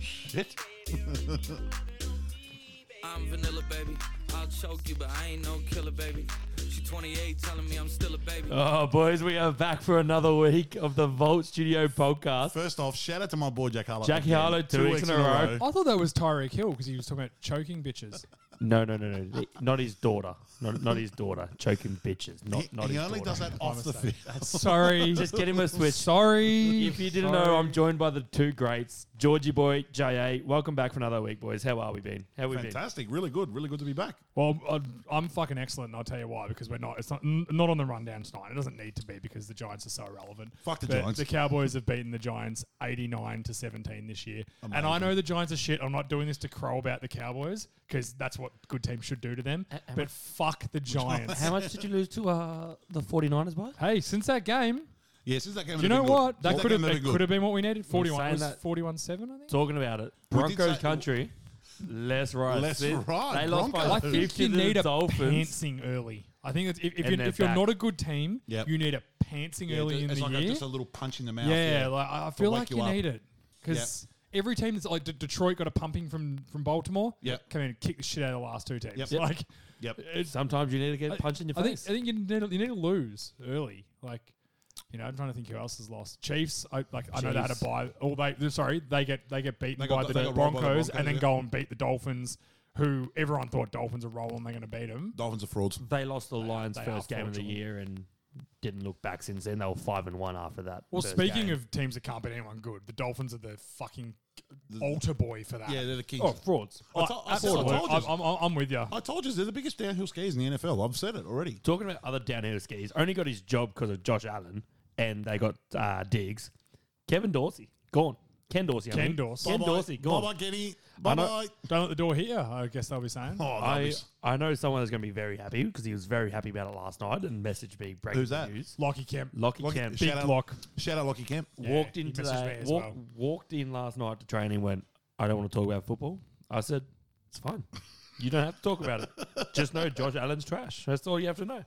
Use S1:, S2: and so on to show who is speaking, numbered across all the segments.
S1: Shit.
S2: I'm vanilla, baby. I'll choke you, but I ain't no killer, baby. She 28, telling me I'm still a baby.
S3: Oh, boys, we are back for another week of the Vault Studio podcast.
S1: First off, shout out to my boy Jack Harlow.
S3: Jackie
S1: Again,
S3: Harlow, two weeks in a row.
S4: I thought that was Tyreek Hill because he was talking about choking bitches.
S3: No, no, no, no. Not his daughter. Not, not his daughter. Choking bitches. Not,
S1: He,
S3: not
S1: he
S3: his
S1: only
S3: daughter.
S1: does that off the field. That's
S4: Sorry.
S3: Just get him a switch.
S4: Sorry.
S3: If you didn't
S4: Sorry.
S3: know, I'm joined by the two greats, Georgie Boy, JA. Welcome back for another week, boys. How are we been? How we been?
S1: fantastic. Really good. Really good to be back.
S4: Well, I'm- I'm fucking excellent, and I'll tell you why. Because we're not. It's not n- not on the rundown tonight. It doesn't need to be because the Giants are so relevant.
S1: Fuck the
S4: But
S1: Giants.
S4: The Cowboys have beaten the Giants 89 to 17 this year, and I know the Giants are shit. I'm not doing this to crow about the Cowboys because that's what good teams should do to them.
S3: A- am I-
S4: but fuck the Giants.
S3: How much did you lose to uh, the 49ers, boy?
S4: hey, since that game,
S1: Yeah, since that game.
S4: do you know what? That could have
S1: been
S4: it
S1: good.
S4: could have been what we needed. 41
S3: saying
S4: it was
S3: that-
S4: 41-7, I think.
S3: Talking about it.
S1: We did
S3: Broncos
S1: say-
S3: country. Less right.
S1: Less
S3: They-
S1: right,
S3: They lost by
S1: Broncos.
S4: I
S3: 50
S4: think you
S3: to the
S4: need a
S3: Dolphins.
S4: pantsing early. I think it's, if, if,
S3: And
S4: you,
S3: they're
S4: if you're
S3: back.
S4: not a good team,
S1: Yep.
S4: you need a pantsing
S1: Yeah,
S4: early
S1: it's
S4: in
S1: it's
S4: the
S1: like a-
S4: year.
S1: just a little punch in the mouth.
S4: yeah, like I I feel
S1: wake
S4: like
S1: you
S4: you
S1: up.
S4: need it because every team that's like D- Detroit got a pumping from from Baltimore.
S1: Yep.
S4: come in and kick the shit out of the last two teams.
S1: Yep. Yep.
S4: Like
S1: Yep.
S3: Sometimes you need to get punched in your
S4: I think
S3: face.
S4: I think you need to, you need to lose early. Like you know, I'm trying to think who else has lost. Chiefs. I like I know they had a
S3: Chiefs.
S4: buy. Or they they're sorry they get they get beaten
S1: They got-
S4: by, the
S1: they got robbed by
S4: Broncos
S1: the Broncos,
S4: and then
S1: yeah.
S4: go and beat the Dolphins, who everyone thought Dolphins are rolling. They're going to beat them.
S1: Dolphins are frauds.
S3: they lost the Lions'
S4: they are
S3: first game of the
S4: fraudulent.
S3: year and didn't look back since then. They were five and one after that.
S4: Well,
S3: first
S4: speaking
S3: game.
S4: of teams that can't beat anyone good, the Dolphins are the fucking altar boy for that.
S1: Yeah, they're the kings.
S3: oh frauds,
S1: I, to- I, said- I
S4: Absolutely.
S1: told you.
S4: I'm, I'm, I'm with you.
S1: I told you they're the biggest downhill skiers in the NFL. I've said it already.
S3: talking about other downhill skis, only got his job because of Josh Allen, and they got uh, Diggs. Kevin Dorsey gone. Ken Dorsey. I
S4: Ken
S3: mean.
S4: Dorsey.
S3: Ken
S1: Bye-bye.
S3: Dorsey gone.
S1: Bye bye, Kenny.
S3: I
S1: Bye
S3: know-
S1: bye.
S4: Don't let the door hit you, I guess they'll be saying.
S1: Oh, that'd
S3: I,
S1: be-
S3: I know someone that's going to be very happy because he was very happy about it last night and messaged me breaking
S1: Who's that?
S3: news.
S4: Lockie Kemp.
S3: Lucky
S1: Lockie-
S3: Kemp
S1: Shout
S4: Big
S1: out.
S4: lock.
S1: Shout out, Lockie Kemp.
S3: walked
S4: he
S3: in
S4: messaged
S3: today.
S4: me as
S3: walk-
S4: well.
S3: Walked in last night to training. Went. I don't want to talk about football. I said it's fine. You don't have to talk about it. Just know Josh Allen's trash. That's all you have to know.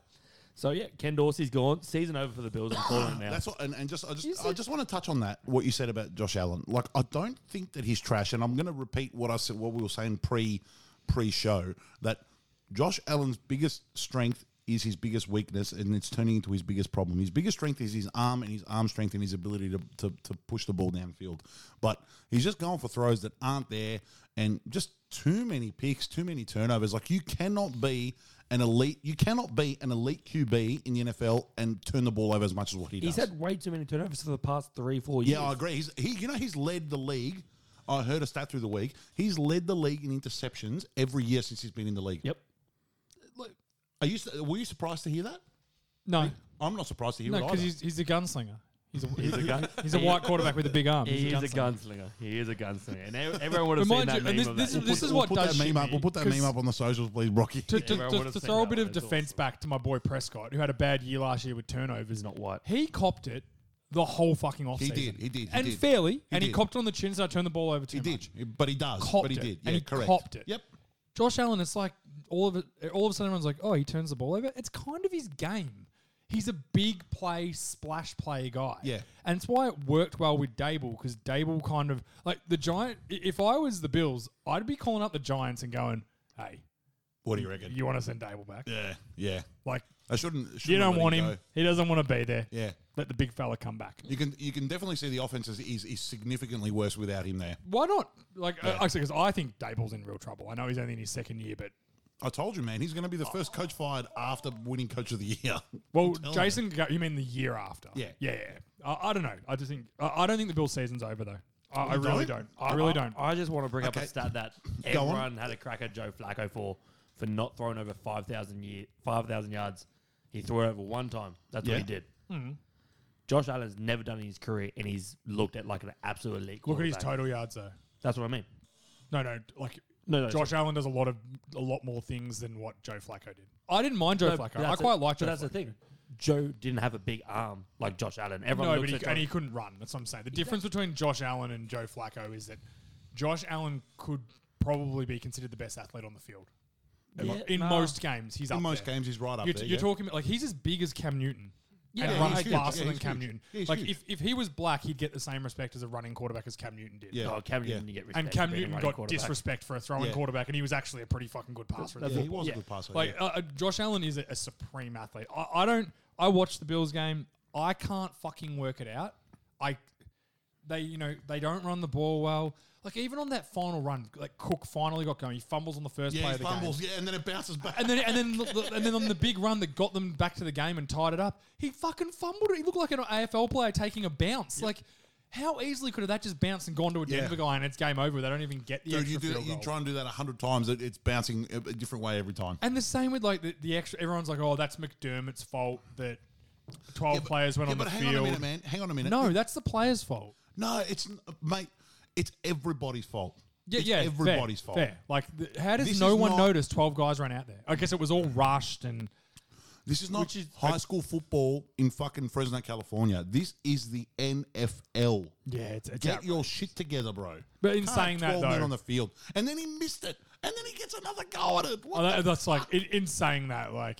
S3: So yeah, Ken Dorsey's gone. Season over for the Bills. I'm calling it now.
S1: That's what, and, and just I just I just want to touch on that what you said about Josh Allen. Like I don't think that he's trash, and I'm going to repeat what I said, what we were saying pre pre show that Josh Allen's biggest strength is his biggest weakness, and it's turning into his biggest problem. His biggest strength is his arm and his arm strength and his ability to to, to push the ball downfield, but he's just going for throws that aren't there, and just too many picks, too many turnovers. Like you cannot be. An elite, you cannot be an elite QB in the NFL and turn the ball over as much as what he
S3: He's
S1: does.
S3: had way too many turnovers for the past three, four years.
S1: Yeah, I agree. He's he, you know, he's led the league. I heard a stat through the week. He's led the league in interceptions every year since he's been in the league.
S3: Yep.
S1: Are you su- were you surprised to hear that?
S4: No,
S1: I'm not surprised to hear
S4: no,
S1: it
S4: because
S1: either.
S4: he's, he's a gunslinger. He's a,
S3: He's a gun.
S4: he's a white quarterback with a big arm.
S3: He
S4: He's
S3: is a gunslinger. He is a gunslinger, and ev- everyone would have
S4: But
S3: seen
S4: mind
S3: that
S4: you,
S3: meme
S4: and this-
S3: of
S4: this
S3: that.
S4: is- this
S1: We'll
S4: what
S1: put
S4: does
S1: that
S4: shit
S1: meme up. We'll put that meme
S4: 'cause-
S1: up on the socials, please, Rocky.
S4: To, to,
S3: Yeah, I
S4: to-
S3: would've
S4: to
S3: seen
S4: throw a
S3: that
S4: bit
S3: one,
S4: of
S3: it's
S4: defense back to my boy Prescott, who had a bad year last year with turnovers.
S3: He's not white.
S4: He copped it the whole fucking offseason.
S1: did, he did, he
S4: and
S1: did.
S4: fairly.
S1: He
S4: and he
S1: did.
S4: copped it on the chin, so I turned the ball over too
S1: he
S4: much.
S1: did, but he does.
S4: Copped
S1: but he
S4: it,
S1: did.
S4: and
S1: yeah,
S4: he
S1: correct.
S4: copped it.
S1: Yep.
S4: Josh Allen, it's like all of it, all of a sudden everyone's like, oh, he turns the ball over. It's kind of his game. He's a big play, splash play guy.
S1: Yeah.
S4: And it's why it worked well with Dable because Dable kind of, like the Giant, i- if I was the Bills, I'd be calling up the Giants and going, hey,
S1: What do you reckon?
S4: you want to send Dable back?
S1: yeah, yeah.
S4: Like,
S1: I shouldn't. shouldn't
S4: you don't
S1: let
S4: want him.
S1: go.
S4: He doesn't want to be there.
S1: Yeah.
S4: Let the big fella come back.
S1: You can you can definitely see the offense is, is, is significantly worse without him there.
S4: Why not? Like, uh, actually, because I think Dable's in real trouble. I know he's only in his second year, but
S1: I told you, man, he's going to be the first coach fired after winning coach of the year.
S4: Well,
S1: telling
S4: Jason, Ga- you mean the year after?
S1: Yeah.
S4: yeah, yeah. I, I don't know. I just think I, I don't think the Bills' season's over though. I, I really
S1: don't?
S4: don't. I really don't.
S3: I just want to bring up
S1: Okay.
S3: a stat that
S1: Go on.
S3: everyone had a crack at Joe Flacco for for not throwing over five thousand year five thousand yards. He threw it over one time. That's
S1: Yeah.
S3: what he did.
S4: Hmm.
S3: Josh Allen's never done it in his career, and he's looked at like an absolute elite.
S4: Look at his
S3: quarterback.
S4: total yards though.
S3: That's what I mean.
S4: No, no. Like
S3: No, no,
S4: Josh Allen does a lot of a lot more things than what Joe Flacco did. I didn't mind Joe
S3: No, but
S4: Flacco. I
S3: that's
S4: quite
S3: it.
S4: like
S3: But
S4: Joe.
S3: that's
S4: Flacco.
S3: the thing. Joe didn't have a big arm like Josh Allen. Everyone
S4: No,
S3: looks
S4: but he,
S3: at Josh-
S4: and he couldn't run. That's what I'm saying. The difference between Josh Allen and Joe Flacco is that Josh Allen could probably be considered the best athlete on the field.
S3: Yeah,
S4: in
S3: nah.
S4: most games, he's
S1: In
S4: up
S1: most
S4: there.
S1: games, he's right up
S4: You're,
S1: there.
S4: you're
S1: yeah.
S4: talking about, like he's as big as Cam Newton.
S1: Yeah,
S4: and
S1: yeah,
S4: runs
S1: he's huge.
S4: faster
S1: Yeah,
S4: than
S1: he's
S4: Cam
S1: huge.
S4: Newton.
S1: Yeah, he's
S4: like
S1: huge.
S4: if, if he was black, he'd get the same respect as a running quarterback as Cam Newton did.
S1: Yeah.
S3: Oh, Cam Newton
S1: Yeah.
S3: didn't get respect
S4: And
S3: for
S4: Cam
S3: being a
S4: Newton
S3: running
S4: got
S3: quarterback.
S4: disrespect for a throwing
S1: Yeah.
S4: quarterback, and he was actually a pretty fucking good passer.
S1: Yeah,
S4: at the
S1: he was a
S4: Yeah.
S1: good passer.
S4: Like
S1: yeah.
S4: uh, uh, Josh Allen is a, a supreme athlete. I, I don't. I watched the Bills game. I can't fucking work it out. I they you know they don't run the ball well. Like even on that final run, like Cook finally got going. He fumbles on the first
S1: yeah,
S4: play
S1: he
S4: of the game.
S1: fumbles, yeah, and then it bounces back.
S4: And then, and then, the- the- and then on the big run that got them back to the game and tied it up, he fucking fumbled it. He looked like an AFL player taking a bounce. Like, how easily could have that just bounced and gone to a
S1: Yeah.
S4: Denver guy and it's game over? They don't even get the
S1: Dude,
S4: extra
S1: you, do,
S4: field
S1: you
S4: goal.
S1: try and do that a hundred times, it, it's bouncing a, a different way every time.
S4: and the same with like the, the extra. Everyone's like, "Oh, that's McDermott's fault that twelve players went
S1: yeah,
S4: on
S1: but
S4: the
S1: hang
S4: field."
S1: on a minute, man. Hang on a minute.
S4: No, that's the players' fault.
S1: no, it's n- mate. It's everybody's fault.
S4: Yeah,
S1: it's
S4: yeah, fair,
S1: everybody's fault.
S4: Fair. Like, th- how does
S1: This
S4: no
S1: is
S4: one
S1: not-
S4: notice twelve guys ran out there? I guess it was all rushed and.
S1: This is not
S4: Which is-
S1: high school football in fucking Fresno, California. This is the NFL.
S4: Yeah, it's, it's
S1: Get
S4: outrageous.
S1: your shit together, bro.
S4: But in
S1: Can't
S4: saying that,
S1: 12 men
S4: though-
S1: on the field, and then he missed it, and then he gets another go at it. What
S4: Oh,
S1: the
S4: that, that's like in, in saying that, like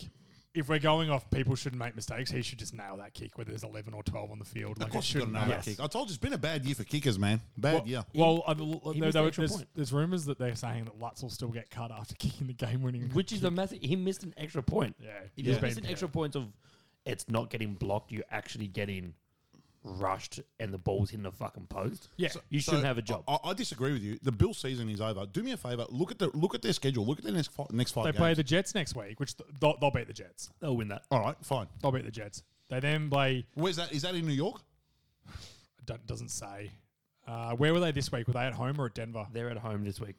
S4: if we're going off, people shouldn't make mistakes. He should just nail that kick, whether there's eleven or twelve on the field. Like
S1: Of course,
S4: it
S1: you got
S4: shouldn't
S1: another
S4: matter.
S1: kick. I told you, it's been a bad year for kickers, man. Bad
S4: Well,
S1: year.
S4: well I, l-
S3: he
S4: there,
S3: missed the
S4: there,
S3: extra
S4: there's,
S3: point.
S4: there's rumors that they're saying that Lutz will still get cut after kicking the game-winning.
S3: which is a massive. He missed an extra point.
S4: Yeah,
S3: he
S4: he's
S3: just
S4: been-
S3: missed an extra point of it's not getting blocked. You're actually getting rushed, and the ball's hitting the fucking post.
S4: yeah,
S3: you shouldn't
S1: So,
S3: have a job.
S1: I, I disagree with you. The Bill season is over. Do me a favor. Look at the look at their schedule. Look at their next five, next five
S4: they
S1: games.
S4: play the Jets next week, which th- they'll, they'll beat the Jets.
S3: They'll win that.
S1: All right, fine.
S4: They'll beat the Jets. They then play.
S1: Where's that? Is that in New York?
S4: Don't, doesn't say. Uh, where were they this week? Were they at home or at Denver?
S3: They're at home this week.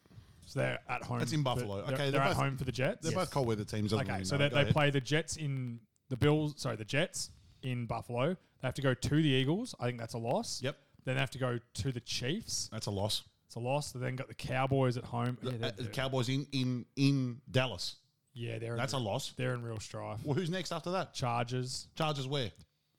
S4: So they're at home.
S1: That's in
S4: for-
S1: Buffalo.
S4: they're-
S1: Okay,
S4: they're,
S1: they're
S4: at
S1: both-
S4: home for the Jets.
S1: They're both cold weather teams. doesn't
S4: Okay,
S1: really
S4: so
S1: matter.
S4: they,
S1: Go
S4: they
S1: ahead.
S4: play the Jets in the Bills. Sorry, the Jets in Buffalo. They have to go to the Eagles. I think that's a loss.
S1: Yep.
S4: Then they have to go to the Chiefs.
S1: That's a loss.
S4: It's a loss. They then got the Cowboys at home. Yeah,
S1: Uh,
S4: they're,
S1: the
S4: they're-
S1: Cowboys in in in Dallas.
S4: yeah, they're
S1: That's a
S4: in,
S1: loss.
S4: they're in real strife.
S1: Well, who's next after that?
S4: Chargers.
S1: Chargers where?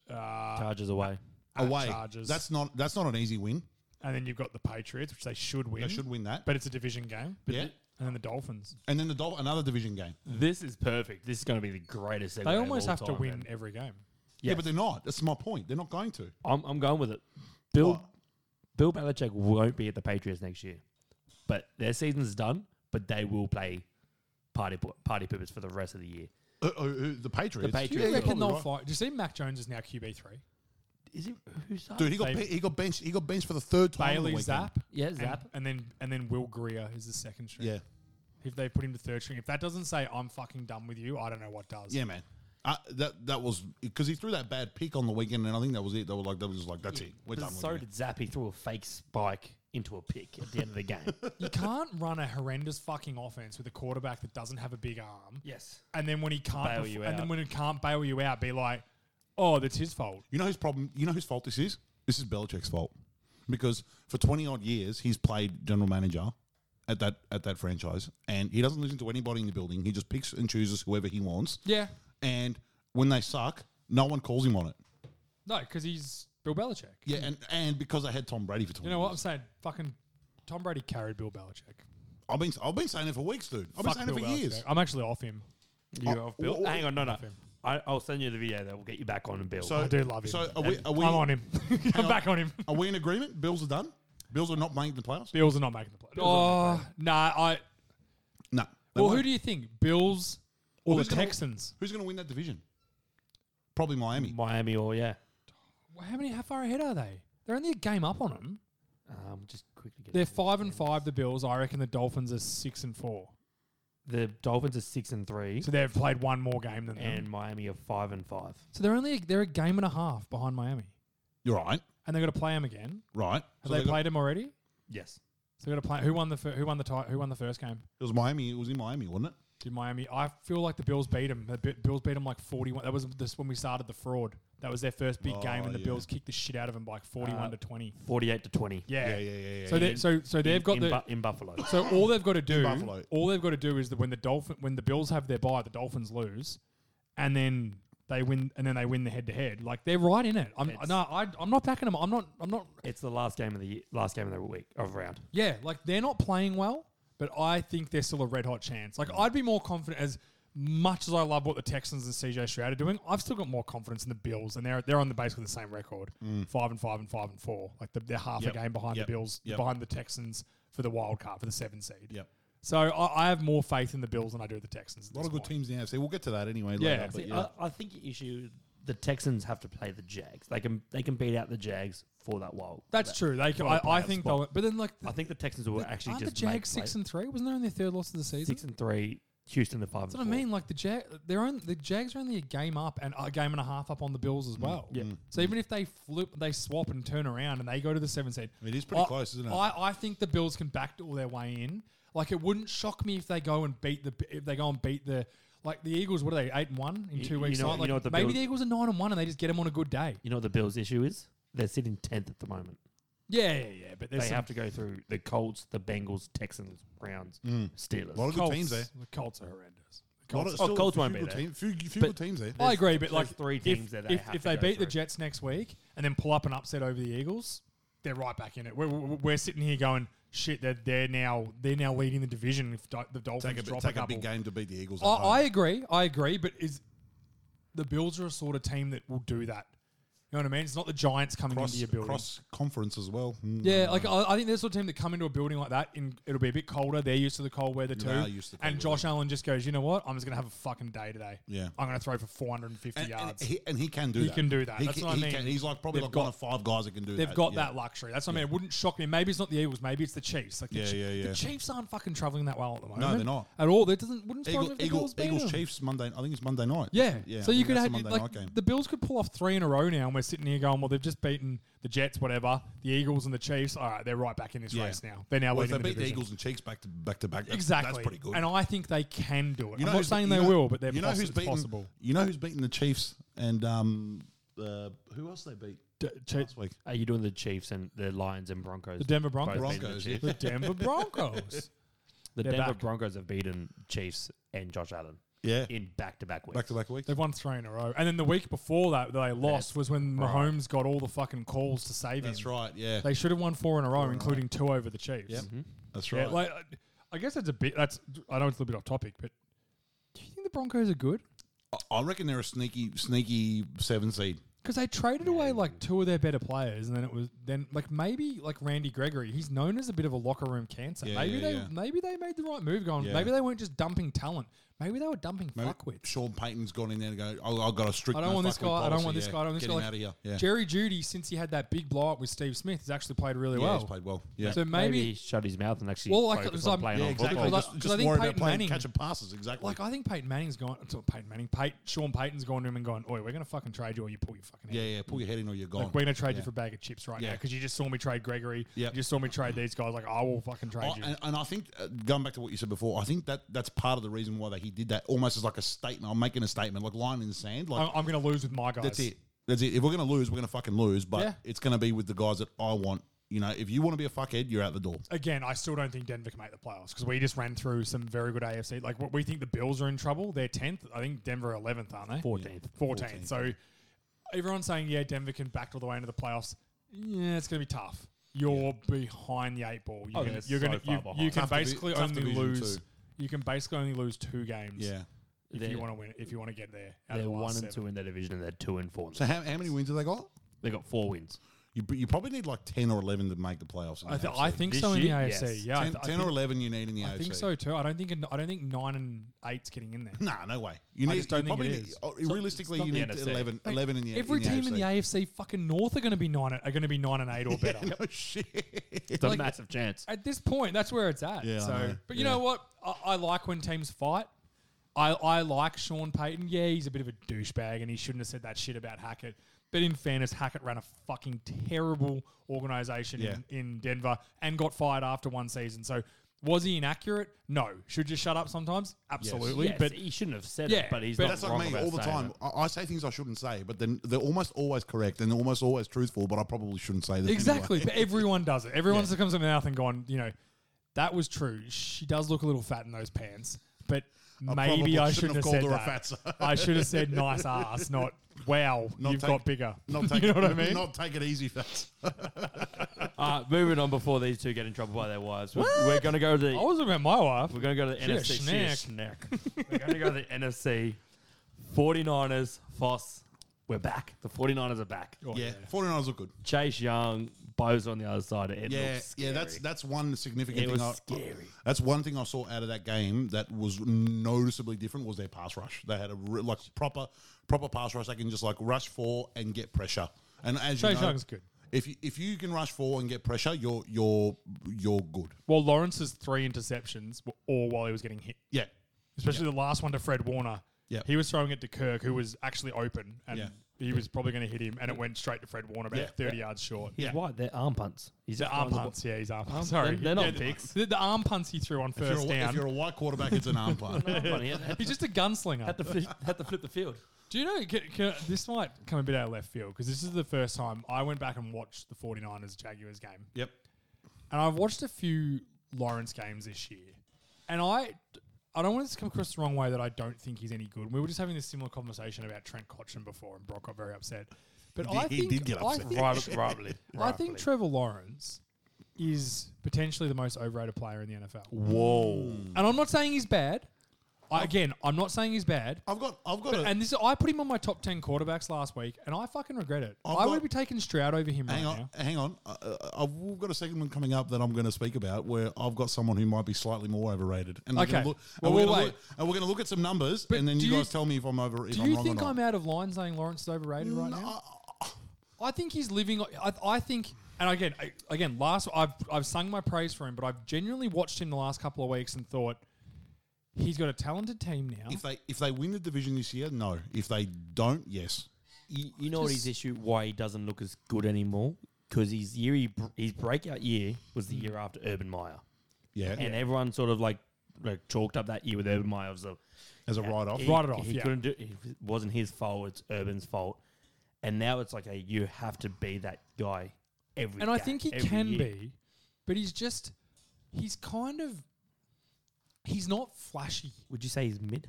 S4: Uh,
S3: Charges away.
S4: At
S1: Away.
S4: Chargers.
S1: That's not that's not an easy win.
S4: and then you've got the Patriots, which they should win.
S1: They should win that.
S4: But it's a division game.
S1: Yeah.
S4: And then the Dolphins.
S1: And then the Dol- another division game.
S3: This is perfect. This is going to be the greatest.
S4: They almost have to win every game.
S1: Yeah, but they're not. That's my point. They're not going to.
S3: I'm, I'm going with it. Bill
S1: What?
S3: Bill Belichick won't be at the Patriots next year, but their season's done. But they will play party po- party poopers for the rest of the year.
S1: Uh, uh, uh, the Patriots.
S4: Do you
S3: Patriots. Yeah,
S4: reckon
S1: probably
S4: they'll
S1: right.
S4: fight? Do you see Mac Jones is now QB three?
S3: Is it who's that?
S1: Dude, he got
S4: They-
S1: ben- he got benched. He got benched for the third time. on the
S4: Bailey
S1: weekend.
S4: Zapp.
S3: Yeah,
S4: and-
S3: Zapp.
S4: And, then and then Will Greer is the second string.
S1: Yeah,
S4: if they put him to third string. If that doesn't say I'm fucking done with you, I don't know what does.
S1: yeah, man. Uh, that that was because he threw that bad pick on the weekend, and I think that was it. They were like, that was like, that's it. We're done.
S3: so
S1: with
S3: did
S1: it.
S3: Zappy threw a fake spike into a pick at the end of the game.
S4: You can't run a horrendous fucking offense with a quarterback that doesn't have a big arm.
S3: yes.
S4: And then when he can't
S3: Bail
S4: perf-
S3: you
S4: and then
S3: out.
S4: when he can't bail you out, be like, Oh, that's his fault.
S1: You know whose problem? You know whose fault this is? This is Belichick's fault because for twenty odd years he's played general manager at that at that franchise, and he doesn't listen to anybody in the building. He just picks and chooses whoever he wants,
S4: Yeah.
S1: and when they suck, no one calls him on it.
S4: No, because he's Bill Belichick.
S1: Yeah, and and because they had Tom Brady for twenty.
S4: You know what I'm
S1: years.
S4: saying? Fucking Tom Brady carried Bill Belichick.
S1: I've been I've been saying it for weeks, dude. I've been
S4: Fuck
S1: saying
S4: Bill
S1: it for
S4: Belichick.
S1: years.
S4: I'm actually off him.
S3: You off Bill?
S1: wh- wh-
S3: Oh, Hang on, no, no. I, I'll send you the video that will get you back on Bill.
S1: So
S4: I do love him.
S1: So are we? Are we
S4: I'm on him. I'm
S1: on.
S4: back on him.
S1: Are we in agreement? Bills are done. Bills are not making the playoffs.
S4: Bills are not making the playoffs. Oh, nah. I.
S1: No.
S4: Well, who do you think? Bills or
S1: Who's
S4: the
S1: gonna-
S4: Texans?
S1: who's going to win that division? Probably Miami.
S3: Miami or yeah.
S4: Well, How many? How far ahead are they? They're only a game up on them.
S3: Um, just quickly get
S4: They're
S3: it.
S4: five and five. The Bills. I reckon the Dolphins are six and four.
S3: The Dolphins are six and three,
S4: So they've played one more game than
S3: and
S4: them.
S3: Miami are five and five.
S4: So they're only they're a game and a half behind Miami,
S1: You're right.
S4: and they've got to play them again.
S1: Right.
S4: Have
S1: So
S4: they,
S1: they got-
S4: played them already?
S3: Yes.
S4: So they've got to play. Who won the fir- who won the tie, who won the first game?
S1: It was Miami. It was in Miami, wasn't it?
S4: Did Miami? I feel like the Bills beat them. The Bi- Bills beat them like forty-one. That was this when we started the fraud. That was their first big
S1: Oh,
S4: game, and the
S1: yeah.
S4: Bills kicked the shit out of them by like forty-one
S3: Uh,
S4: to twenty.
S3: Forty-eight to twenty.
S4: Yeah.
S1: Yeah, yeah, yeah. yeah
S4: So they
S3: In-
S4: so so they've
S3: in-
S4: got
S3: in,
S4: the
S3: Bu- in Buffalo.
S4: So all they've got to do,
S1: Buffalo.
S4: all they've got to do is that when the dolphin, when the Bills have their bye, the Dolphins lose, and then they win, and then they win the head to head. Like they're right in it. I'm
S3: It's-
S4: no, I, I'm not backing them. I'm not. I'm not.
S3: it's the last game of the year, last game of the week of round.
S4: Yeah, like they're not playing well, but I think they're still a red hot chance. Like I'd be more confident as much as I love what the Texans and CJ Stroud are doing, I've still got more confidence in the Bills, and they're they're on the base with the same record, five and five and five and four. Like the, they're half
S1: Mm. Yep.
S4: a game behind
S1: Yep.
S4: the Bills,
S1: Yep.
S4: behind the Texans for the wild card for the seven seed.
S1: Yep.
S4: So I, I have more faith in the Bills than I do the Texans. at
S1: A lot
S4: this
S1: of good
S4: point.
S1: teams in the NFC. We'll get to that anyway.
S4: Yeah.
S1: Later, but
S3: See,
S1: yeah.
S3: I, I think the issue the Texans have to play the Jags. They can they can beat out the Jags for that wild.
S4: That's
S3: that-
S4: true. They
S3: for
S4: can, I,
S3: that
S4: I
S3: playoff
S4: think
S3: spot.
S4: they'll. But then like the,
S3: I think the Texans will actually
S4: aren't
S3: just
S4: the
S3: make
S4: Jags six and three? Wasn't that onir their loss of the season?
S3: six and three. Houston the five.
S4: That's
S3: and
S4: what I
S3: four.
S4: mean. Like the Jag, they're on, the Jags are only a game up and a game and a half up on the Bills as well.
S3: Yeah. Mm.
S4: So even if they flip, they swap and turn around and they go to the seven seed,
S1: It is pretty
S4: I-
S1: close, isn't it?
S4: I, I think the Bills can backdoor their way in. Like it wouldn't shock me if they go and beat the if they go and beat the like the Eagles. What are they eight and one in
S3: You-
S4: two
S3: you
S4: weeks?
S3: know-
S4: time?
S3: you
S4: like
S3: know what the
S4: maybe
S3: Bills-
S4: the Eagles are nine and one and they just get them on a good day.
S3: You know what the Bills' issue is? They're sitting tenth at the moment.
S4: Yeah, yeah, yeah. But there's
S3: they
S4: some
S3: have to go through the Colts, the Bengals, Texans, Browns, Steelers.
S1: a lot of good
S4: Colts,
S1: teams there.
S4: The Colts are horrendous.
S1: A
S4: The
S1: lot
S4: Colts
S1: of-
S3: Oh,
S1: still
S3: Colts
S1: a
S3: won't
S1: few
S3: be
S1: good
S3: there.
S1: team- few, few
S3: But-
S1: good teams there.
S4: I agree, but
S3: there's
S4: like
S3: three
S4: if-
S3: teams that they
S4: if,
S3: have
S4: if
S3: to
S4: they
S3: go
S4: beat the
S3: through.
S4: Jets next week and then pull up an upset over the Eagles, they're right back in it. We're, we're, we're sitting here going, shit, they're, they're now they're now leading the division if do, the Dolphins
S1: Take a, bit-
S4: drop
S1: take a
S4: couple.
S1: big game to beat the Eagles. at
S4: I, I
S1: home.
S4: agree, I agree, but is the Bills are a sort of team that will do that. You know what I mean? It's not the Giants coming
S1: cross,
S4: into your building.
S1: cross conference as well. Mm.
S4: Yeah, like I, I think there's sort of team that come into a building like that, and it'll be a bit colder. They're used to the cold weather too.
S1: They are used to the cold
S4: and Josh Allen just goes, you know what? I'm just gonna have a fucking day today.
S1: Yeah.
S4: I'm gonna throw for 450
S1: And, and
S4: yards.
S1: he, and he can do
S4: He
S1: that.
S4: can do that.
S1: He
S4: That's
S1: can-
S4: what I
S1: he
S4: mean.
S1: can- he's like probably
S4: They've
S1: like one
S4: got-
S1: of five guys that can do that.
S4: They've got
S1: yeah.
S4: that luxury. That's what I mean. It wouldn't shock me. Maybe it's not the Eagles. Maybe it's the Chiefs. Like the,
S1: Yeah,
S4: Chi-
S1: yeah, yeah.
S4: the Chiefs aren't fucking traveling that well at the moment.
S1: they're not.
S4: at all. That doesn't wouldn't surprise
S1: Eagle,
S4: me if the
S1: Eagle,
S4: Bills beat
S1: Eagles
S4: them.
S1: Chiefs Monday. I think it's Monday night.
S4: Yeah.
S1: yeah.
S4: so
S1: I
S4: you
S1: think
S4: could
S1: that's
S4: have
S1: the Monday
S4: like
S1: night game.
S4: the Bills could pull off three in a row now, and we're sitting here going, well, they've just beaten the Jets, whatever, the Eagles and the Chiefs. All right, they're right back in this
S1: Yeah.
S4: race now. They're now
S1: well, if
S4: leading
S1: they beat
S4: the
S1: the
S4: division.
S1: Eagles and Chiefs back to back to back. That's,
S4: Exactly.
S1: That's pretty good.
S4: And I think they can do it. I'm not
S1: who's-
S4: saying
S1: you
S4: they
S1: know-
S4: will, but they're
S1: you know
S4: possi-
S1: who's
S4: it's
S1: beaten,
S4: possible.
S1: You know who's beaten the Chiefs and um, uh, who else they beat
S4: D- Chief-
S1: last week?
S3: Are you doing the Chiefs and the Lions and Broncos?
S4: the Denver
S3: Both
S4: Broncos.
S3: beating the
S1: Broncos,
S3: Chiefs.
S4: The Denver Broncos.
S3: The
S4: They're
S3: Denver
S4: back.
S3: Broncos have beaten Chiefs and Josh Allen
S1: Yeah,
S3: in back-to-back weeks.
S1: back to back week.
S4: They've won three in a row. And then the week before that, they lost
S3: That's
S4: was when
S3: right.
S4: Mahomes got all the fucking calls to save
S1: That's
S4: him.
S1: right. Yeah,
S4: They should have won four in a row, including two over the Chiefs.
S1: Yep. that's
S4: Yeah,
S1: right.
S4: like I- I guess that's a bit. That's I know it's a little bit off topic, but do you think the Broncos are good?
S1: I- I reckon they're a sneaky, sneaky seven seed.
S4: Because they traded away like two of their better players, and then it was then like maybe like Randy Gregory, he's known as a bit of a locker room cancer.
S1: Yeah,
S4: maybe
S1: yeah,
S4: they
S1: yeah.
S4: maybe they made the right move going.
S1: Yeah.
S4: Maybe they weren't just dumping talent. Maybe they were dumping
S1: Maybe
S4: fuckwits.
S1: Sean Payton's gone in there and go, oh, I've got a strict.
S4: I don't
S1: no
S4: want this
S1: fuckwit
S4: guy. I don't
S1: policy."
S4: want this
S1: Yeah,
S4: guy. I don't want this
S1: Get
S4: guy.
S1: him
S4: Like,
S1: out of here. Yeah,
S4: Jerry Judy, since he had that big blow up with Steve Smith, has actually played really
S1: yeah,
S4: well.
S1: he's played well. Yeah.
S4: So
S3: Maybe,
S4: maybe
S3: he shut his mouth and actually
S4: Well,
S3: well,
S4: like,
S3: focus
S4: so
S3: on
S4: I'm-
S3: playing
S1: yeah,
S3: on
S1: exactly.
S3: football.
S4: Because I-
S1: Just,
S4: because
S1: just
S4: I think
S1: worry
S4: Peyton
S1: about playing,
S4: Manning-
S1: catching passes. Exactly.
S4: Like I think Peyton Manning's gone. It's not Peyton Manning. Peyton, Sean Payton's gone to him and gone. Oi, we're gonna fucking trade you, or you pull your fucking.
S1: yeah,
S4: Head.
S1: yeah. Pull your head in or you're gone.
S4: Like, we're gonna trade you
S1: Yeah.
S4: for a bag of chips right now
S1: Yeah.
S4: because you just saw me trade Gregory. Yeah.
S1: Yep.
S4: You just saw me trade these guys. Like I will fucking trade
S1: I,
S4: you.
S1: Oh, and, and I think uh, going back to what you said before, I think that that's part of the reason why they, he did that. Almost as like a statement. I'm making a statement, like line in the sand. Like
S4: I'm, I'm gonna lose with my Oh, guys.
S1: that's it. That's it. If we're gonna lose, we're gonna fucking lose. But
S4: Yeah.
S1: it's gonna be with the guys that I want. You know, if you want to be a fuckhead, you're out the door.
S4: Again, I still don't think Denver can make the playoffs because we just ran through some very good AFC. Like what we think the Bills are in trouble. They're tenth. I think Denver eleventh, aren't they?
S3: 14th.
S4: 14th. So everyone's saying, yeah, Denver can back all the way into the playoffs. Yeah, it's going to be tough. You're behind the eight ball. You're
S3: Oh,
S4: gonna,
S3: they're
S4: you're
S3: so
S4: gonna,
S3: far
S4: you,
S3: behind.
S4: you can
S1: Tough divi-
S4: basically
S1: tough
S4: only
S1: division
S4: lose.
S1: too.
S4: You can basically only lose two games.
S1: Yeah.
S4: if
S3: They're-
S4: you want to win, if you want to get there. out
S3: They're
S4: of the last
S3: one and
S4: seven.
S3: two in their division, and they're two and four.
S1: So how, how many wins have they got?
S3: They got four wins.
S1: You, you probably need like ten or eleven to make the playoffs. in
S4: I,
S1: the
S4: th-
S1: AFC.
S4: I think
S3: This
S4: so in the
S3: year?
S4: AFC.
S3: Yes.
S4: Yeah, I
S1: ten,
S4: th- I
S1: 10
S4: think-
S1: or eleven you need in the
S4: I
S1: AFC.
S4: think so too. I don't think I don't think nine and eight's getting in there.
S1: Nah, no way. You
S4: I
S1: need
S4: just don't
S1: you
S4: think
S1: probably
S4: it
S1: need-
S4: is.
S1: oh, realistically,
S3: not
S1: you
S3: the
S1: need
S3: NFC.
S1: 11, 11 in the
S4: Every
S1: in the
S4: team
S1: AFC.
S4: in the AFC fucking North are going to be nine. Are going to be nine and eight or better.
S1: Oh shit!
S3: It's a
S4: Like-
S3: massive chance.
S4: at this point, that's where it's at.
S1: Yeah, I
S4: so,
S1: know.
S4: but you
S1: Yeah.
S4: know what? I, I like when teams fight. I, I like Sean Payton. Yeah, he's a bit of a douchebag, and he shouldn't have said that shit about Hackett. But in fairness, Hackett ran a fucking terrible organization
S1: Yeah.
S4: in, in Denver and got fired after one season. So, was he inaccurate? No. Should you shut up sometimes? Absolutely.
S3: Yes,
S4: But
S3: he shouldn't have said
S4: Yeah,
S3: it, but he's
S4: but
S3: not
S1: That's
S3: wrong
S1: like me
S3: about
S1: all the
S3: saying
S1: time.
S3: it.
S1: I, I say things I shouldn't say, but then they're almost always correct and they're almost always truthful. But I probably shouldn't say that. anyway.
S4: Exactly, but everyone does it. Everyone's just comes to the mouth and gone, you know, that was true. She does look a little fat in those pants, but Maybe
S1: probably
S4: I
S1: shouldn't have
S4: shouldn't have,
S1: called
S4: said
S1: her a
S4: that. I should have said nice ass, not wow.
S1: Not
S4: you've
S1: take-
S4: got bigger.
S1: Not take,
S4: you know what I mean?
S1: Not take it easy, fats.
S3: Uh, moving on before these two get in trouble by their wives. We're, we're going to go to the.
S1: Oh.
S4: I was about my wife.
S3: We're going to go to the
S4: She a
S3: NFC. she a snack. we're going to go to the NFC. 49ers, Foss. We're back. The 49ers are back.
S1: Yeah, 49ers look good.
S3: Chase Young, Bo's on the other side. It
S1: Yeah,
S3: looks
S1: yeah, that's that's one significant
S3: It
S1: thing.
S3: was
S1: I-
S3: scary.
S1: That's one thing I saw out of that game that was noticeably different was their pass rush. They had a re- like proper proper pass rush. They can just like rush four and get pressure. And as you
S4: Chase
S1: know,
S4: Young's good.
S1: If you, if you can rush four and get pressure, you're you're you're good.
S4: Well, Lawrence's three interceptions were all while he was getting hit,
S1: Yeah,
S4: especially the last one to Fred Warner.
S1: Yeah.
S4: He was throwing it to Kirk, who was actually open, and
S1: Yeah.
S4: he was probably going to hit him, and it went straight to Fred Warner, about
S1: Yeah.
S4: 30 yards short.
S3: He's
S1: Yeah.
S3: white. They're arm punts. He's
S4: The
S3: just
S4: arm
S3: throwing the
S4: punts, yeah, he's arm punts.
S3: they're-
S4: Sorry,
S3: they're not
S4: yeah,
S3: picks.
S4: The, the arm punts he threw on
S1: if you're,
S4: first
S1: a, if
S4: down.
S1: you're a wide quarterback, it's an arm punt.
S3: ball. Arm punt. He had- had-
S4: He's just a gunslinger.
S3: had to flip- had to flip the field.
S4: Do you know, can, can, this might come a bit out of left field because this is the first time I went back and watched the 49ers Jaguars game.
S1: yep.
S4: And I've watched a few Lawrence games this year. And I I don't want this to come across the wrong way that I don't think he's any good. We were just having this similar conversation about Trent Cotchin before, and Brock got very upset. But
S1: He
S4: I
S1: did- he
S4: think,
S1: did get
S4: I
S1: upset.
S4: think,
S3: Right, rightly.
S4: I think Trevor Lawrence is potentially the most overrated player in the NFL.
S1: Whoa.
S4: And I'm not saying he's bad. I, again, I'm not saying he's bad.
S1: I've got I've got
S4: But,
S1: a,
S4: and this, I put him on my top ten quarterbacks last week, and I fucking regret it.
S1: I've
S4: I would
S1: got-
S4: be taking Stroud over him
S1: Hang
S4: right
S1: on,
S4: now.
S1: hang on. Uh, uh, I've got a segment coming up that I'm going to speak about where I've got someone who might be slightly more overrated. And we're
S4: Okay.
S1: gonna look,
S4: Well,
S1: and we're
S4: we'll
S1: gonna
S4: wait.
S1: look, and we're going to look at some numbers,
S4: But
S1: and then
S4: do
S1: you
S4: you-
S1: guys tell me if I'm over. If
S4: Do
S1: I'm
S4: you
S1: wrong
S4: think
S1: or not.
S4: I'm out of line saying Lawrence is overrated right now? I think he's living. I, I think, and again, I, again, last I've I've sung my praise for him, but I've genuinely watched him the last couple of weeks and thought he's got a talented team now.
S1: If they if they win the division this year, no. If they don't, yes.
S3: You, you know what his issue? Why he doesn't look as good anymore? Because his year, he, br- his breakout year was the year after Urban Meyer,
S1: Yeah,
S3: and everyone sort of like like chalked up that year with Urban Meyer as a
S1: as a write off.
S3: he-
S4: Write it off,
S3: He
S4: yeah.
S3: couldn't do. It wasn't his fault. It's Urban's fault. And now it's like a you have to be that guy every.
S4: and I
S3: game,
S4: think he
S3: every
S4: can
S3: year.
S4: be, but he's just he's kind of he's not flashy.
S3: Would you say he's mid?